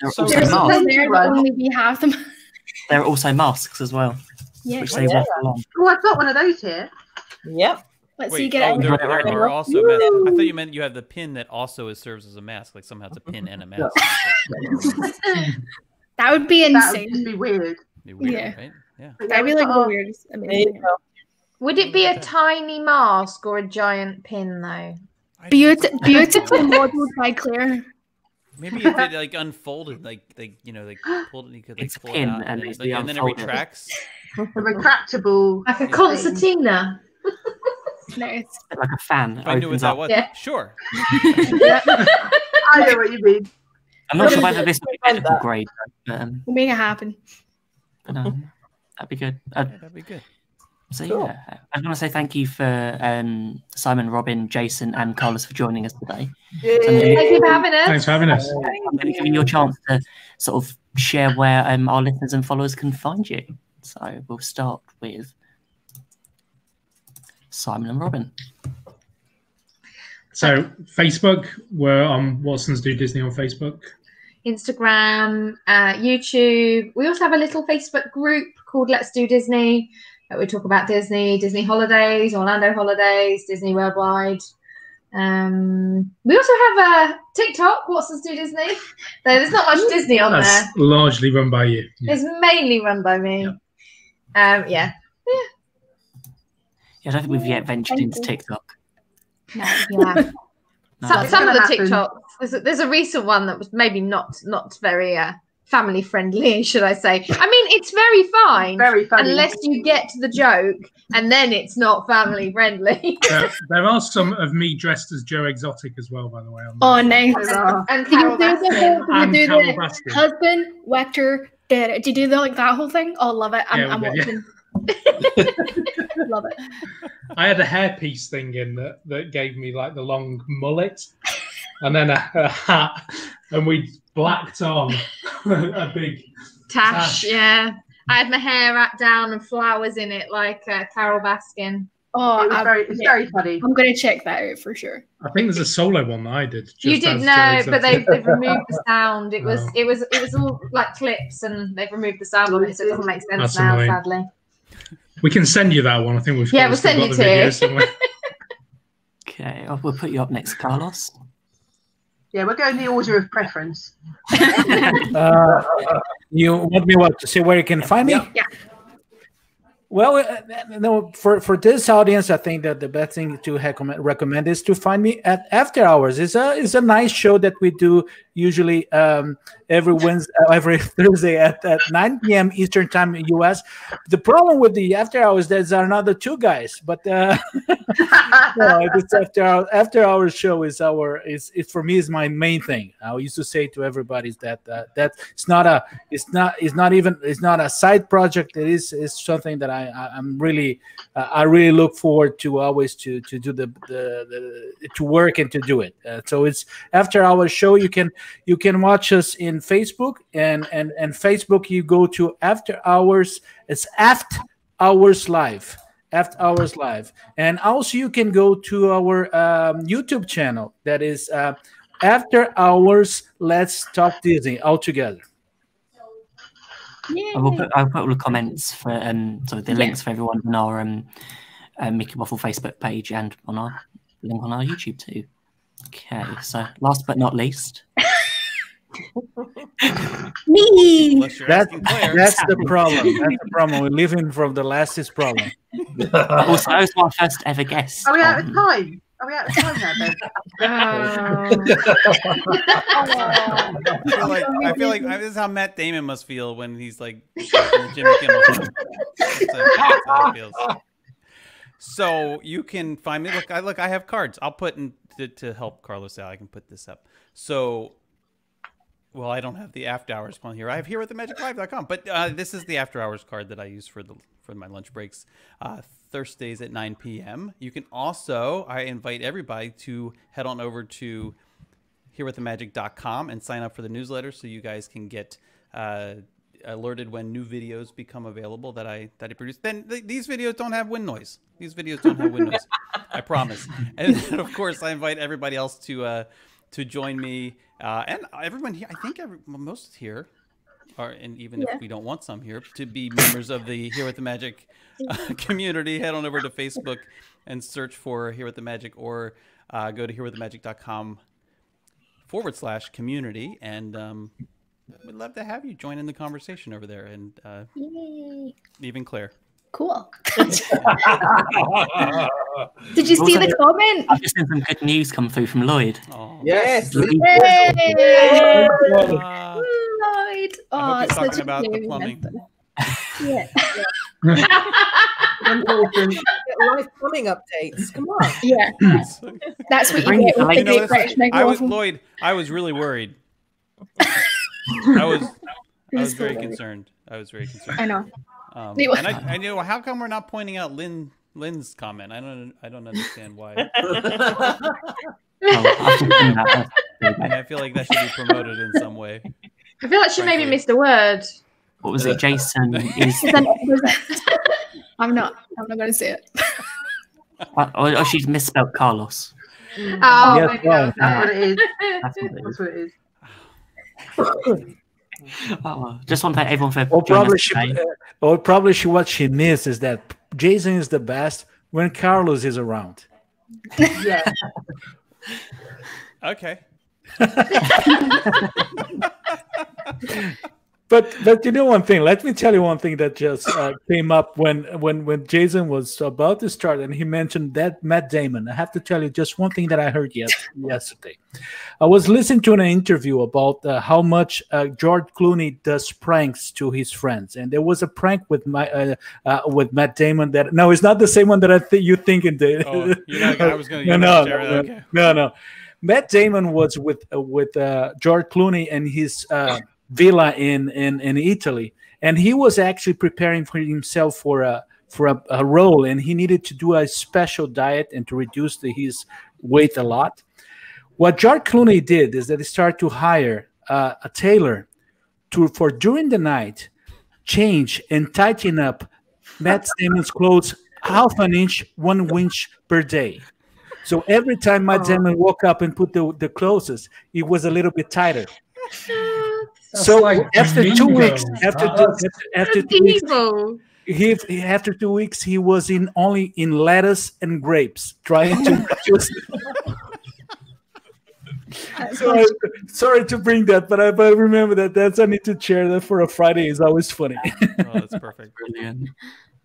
There are
So
also
There's
masks.
some there, but only we have them.
There are also masks as well,
Yeah.
which they waffle on.
Oh, I've got one of those here.
Yep.
Let's see.
Wait,
Get
oh,
it.
there,
Right,
there
right,
are
right.
also masks. I thought you meant you have the pin that also is, serves as a mask. Like somehow it's a pin and a mask.
That would be
That would just
insane.
be weird.
It'd be weird,
Yeah.
right? Yeah.
But yeah,
That'd be
we've
like
got
the
our-
weirdest. I
There you
mean,
go.
uh, Would it be a tiny mask or a giant pin, though?
Beaut- beautifully modelled by Claire.
Maybe if it like unfolded, like like you know, like pulled, you could like pull it
pinned
out,
and
and,
it's
like, and then it
unfolded.
retracts.
A retractable.
Like a concertina.
Nice.
like a fan.
If I knew
opens
what that
up.
was,
Yeah.
sure.
I know what you mean.
I'm not sure whether this would be medical grade, but, um,
We'll make it happen.
but no, that'd be good. Uh, that'd
be good.
So yeah, I want to say thank you for um, Simon, Robin, Jason, and Carlos for joining us today.
Thank you for having us.
Thanks for having us.
And giving you a chance to sort of share where um, our listeners and followers can find you. So we'll start with Simon and Robin.
So Facebook, we're on Watson's Do Disney on Facebook.
Instagram, uh, YouTube. We also have a little Facebook group called Let's Do Disney. uh, We talk about Disney, Disney holidays, Orlando holidays, Disney Worldwide. Um, we also have a TikTok, Watson's Do Disney. So there's not much Disney on
That's
there.
largely run by you.
It's mainly run by me. Um, yeah.
Yeah, I don't think we've yet ventured
Thank
into
you.
TikTok.
yeah.
No.
Some, some of the
That's gonna
TikToks. There's a, there's a recent one that was maybe not not very uh, family friendly, should I say? I mean, it's very fine, very
funny.
unless you get the joke, and then it's not family friendly.
There, there are some of me dressed as Joe Exotic as well, by the way. on
Oh, nice.
And
Did you
Carol
do the
Baskin.
whole? Did
And
you do
Carol
the
Baskin.
husband, Wector, did it? Did you do the, like that whole thing? Oh, love it! I'm,
Yeah, we
I'm
did, yeah.
watching. love it.
I had a hairpiece thing in that, that gave me like the long mullet and then a, a hat, and we blacked on a big
Tash,
Tash.
yeah. I had my hair wrapped down and flowers in it, like uh, Carol Baskin.
Oh,
It was very, it's very funny.
I'm gonna check that out for sure.
I think there's a solo one that I did.
you
just
did
as
know,
Joe
but they've,
Exotic.
they've removed the sound. It was
Oh.
it was it was all like clips, and they've removed the sound on it, so it doesn't make sense
That's
now,
annoying.
sadly.
We can send you that one. I think we've
Yeah,
got-
we'll
still
send
got
you
the
two.
video somewhere.
Okay, I'll- we'll put you up next, Carlos.
Yeah, we're going the order of preference.
Uh, you want me what to say where you can find me?
Yeah.
Well, uh, no, for, for this audience, I think that the best thing to recommend, recommend is to find me at After Hours. It's a it's a nice show that we do usually um, every Wednesday, uh, every Thursday at, at 9 p.m. Eastern Time, in U.S. The problem with the After Hours there's another two guys, but uh, no, this after hour, after hours show is our is it for me is my main thing. I used to say to everybody is that uh, that it's not a it's not it's not even it's not a side project. It is is something that I, I I'm really uh, I really look forward to always to to do the the, the to work and to do it. Uh, so it's after our show. You can you can watch us in Facebook and and and Facebook. You go to after hours. It's after hours live after hours live and also you can go to our um, youtube channel that is uh, after hours let's talk disney all together
I will put, I'll put all the comments for um, so the
Yeah.
links for everyone on our um, uh, Mickey Waffle Facebook page and on our link on our YouTube too. Okay, so last but not least,
me
Unless you're
that's,
asking Claire.
that's the problem that's the problem we're living from the last is problem
also I was my first ever guest.
Are
Oh,
we out of
on-
time? Are we out of time now, Ben?
Uh, Oh,
I feel like, I feel like I- this is how Matt Damon must feel when he's like watching Jimmy Kimmel. That's how- that's how it feels. So you can find me. Look, I look. I have cards. I'll put in to, to help Carlos out. I can put this up. So, well, I don't have the after hours one here. I have here at themagiclive.com, but uh, this is the after hours card that I use for the for my lunch breaks. Uh, Thursdays at 9 p.m. You can also, I invite everybody to head on over to herewiththemagic.com and sign up for the newsletter so you guys can get uh, alerted when new videos become available that I that I produce. Then th- these videos don't have wind noise. These videos don't have wind noise. I promise. And then, of course, I invite everybody else to uh, to join me uh, and everyone here. I think every, most here are, and even
Yeah.
if we don't want some here, to be members of the Here with the Magic uh, community, head on over to Facebook and search for Here with the Magic or uh, go to herewiththemagic.com forward slash community. And um, we'd love to have you join in the conversation over there and uh, even Claire.
Cool. Did you see
Also-
the comment?
I've just seen some good news come through from Lloyd.
Oh.
Yes.
Yay!
Lloyd.
Lloyd. Oh,
I hope
it's
he's
such
talking
a
about the
name.
plumbing.
Yeah.
Live plumbing updates. Come on.
Yeah. That's what you get with the
You know,
Great
that's-
British Meg
I was
Waffle.
Lloyd. I was really worried. I was. I was
so
very
worried.
concerned. I was very concerned.
I know.
Um,
It was-
and I, I knew how come we're not pointing out Lynn Lynn's comment. I don't. I don't understand why. Um, and I feel like that should be promoted in some way.
I feel like she maybe missed a word.
What was it? Jason is.
There's an- there's a- I'm not. I'm not going to say it.
Or, or uh, oh, she's misspelled Carlos.
Oh,
Yes, maybe well, uh, that's yeah. what it
is.
That's what it is.
what it is.
Oh, just want to thank everyone for
Or
joining
probably
us
she,
today.
uh, or probably she, what she missed is that Jason is the best when Carlos is around.
Yeah.
Okay.
But but you know one thing. Let me tell you one thing that just uh, came up when when when Jason was about to start and he mentioned that Matt Damon. I have to tell you just one thing that I heard yes yesterday. I was listening to an interview about uh, how much uh, George Clooney does pranks to his friends, and there was a prank with my uh, uh, with Matt Damon that no, it's not the same one that I think you thinking. Dave.
Oh, you're not- I was gonna-
no
you're
no
gonna share
no,
that,
no,
okay.
no no. Matt Damon was with uh, with uh, George Clooney and his uh, villa in, in in Italy, and he was actually preparing for himself for a for a, a role, and he needed to do a special diet and to reduce the, his weight a lot. What George Clooney did is that he started to hire uh, a tailor to for during the night change and tighten up Matt Damon's clothes half an inch, one inch per day. So every time Matt Damon woke up and put the, the clothes, it was a little bit tighter. so after two
Domingo.
weeks, after two,
That's-
after, after two weeks, he, he- after two weeks he was in only in lettuce and grapes trying to reduce sorry, sorry to bring that, but I, but I remember that. That's I need to share that for a Friday. is always funny.
Oh, that's perfect.
Brilliant.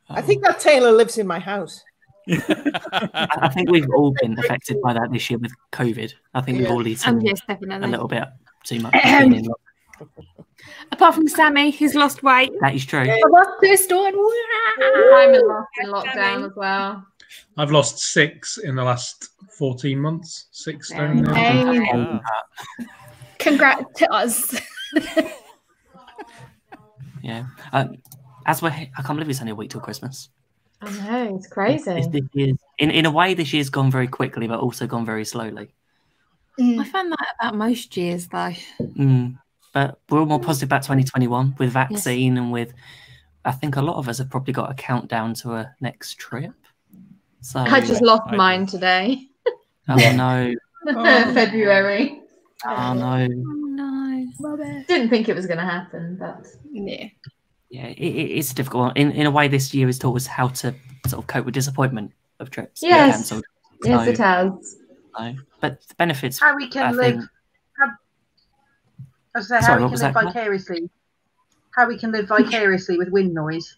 I think that Taylor lives in my house.
I I think we've all been affected by that this year with COVID. I think we've all eaten
Um, yes,
a
definitely.
little bit too much. Been in lock-
Apart from Sammy, who's lost weight.
that is true.
I lost two stone.
I'm in lock- in lockdown as well.
I've lost six in the last 14 months. Six stone. now.
Hey.
Wow.
Congrats to us.
Yeah. Um, as we're, he- I can't believe it's only a week till Christmas.
I know it's
This,
crazy.
this year's- in in a way, this year's gone very quickly, but also gone very slowly.
I found that about most years, though.
Mm. But we're all more
Mm.
positive about 2021 with vaccine and with, I think a lot of us have probably got a countdown to a next trip. So
I just lost mine today.
Oh no!
February.
Oh no!
No, didn't think it was going to happen, but yeah.
yeah, it, it- it's a difficult. One. In in a way, this year has taught us how to sort of cope with disappointment of trips. that are
Yes.
cancelled.
Yes, it
So,
has.
no. But the benefits.
How we can
I
live.
think-
How, I was gonna say,
Sorry,
how
what
we
was
can live
that?
vicariously. How we can live vicariously with wind noise.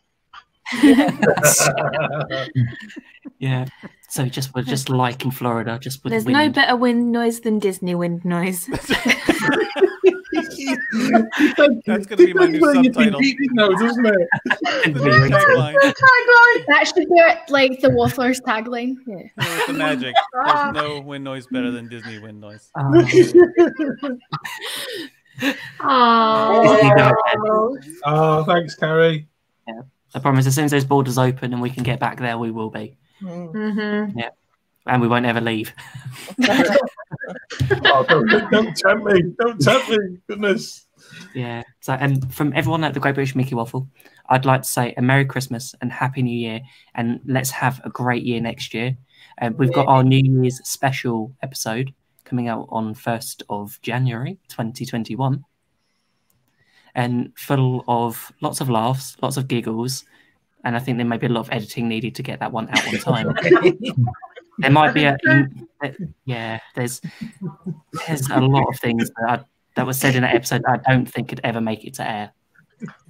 yeah. So just we're just like in Florida, just with
There's
wind.
no better wind noise than Disney wind noise.
That's going to be my new subtitle.
No, doesn't it?
Tagline.
That should be it, like the Wafflers tagline. Yeah.
It's the magic. There's no wind noise better than Disney wind noise.
Um,
Um,
Oh.
Oh, thanks, Carrie.
I promise. As soon as those borders open and we can get back there, we will be.
Mm-hmm.
Yeah. And we won't ever leave.
Oh, don't, don't tempt me. Don't tempt me. Goodness.
Yeah. So, and from everyone at the Great British Mickey Waffle, I'd like to say a Merry Christmas and Happy New Year, and let's have a great year next year. Um, we've got our New Year's special episode coming out on 1st of January 2021, and full of lots of laughs, lots of giggles, and I think there may be a lot of editing needed to get that one out on time. there might be a yeah there's there's a lot of things that I, that was said in that episode i don't think could ever make it to air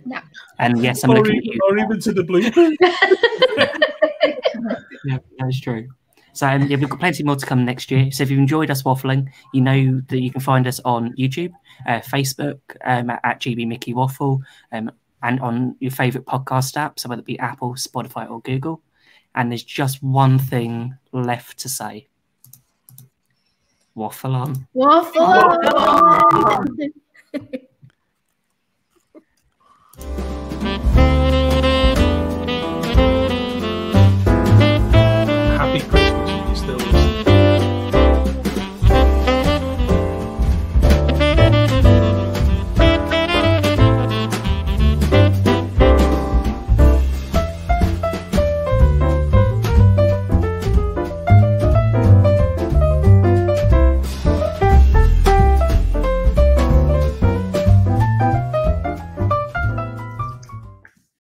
No.
And yes, I'm
or,
looking
even,
at you.
or even to the bloopers.
Yeah, that is true. So um, yeah, we've got plenty more to come next year. So if you've enjoyed us waffling, you know that you can find us on YouTube, uh, Facebook, um, at, at GB Mickey Waffle, um, and on your favourite podcast app, so whether it be Apple, Spotify, or Google. And there's just one thing left to say. Waffle on.
Waffle!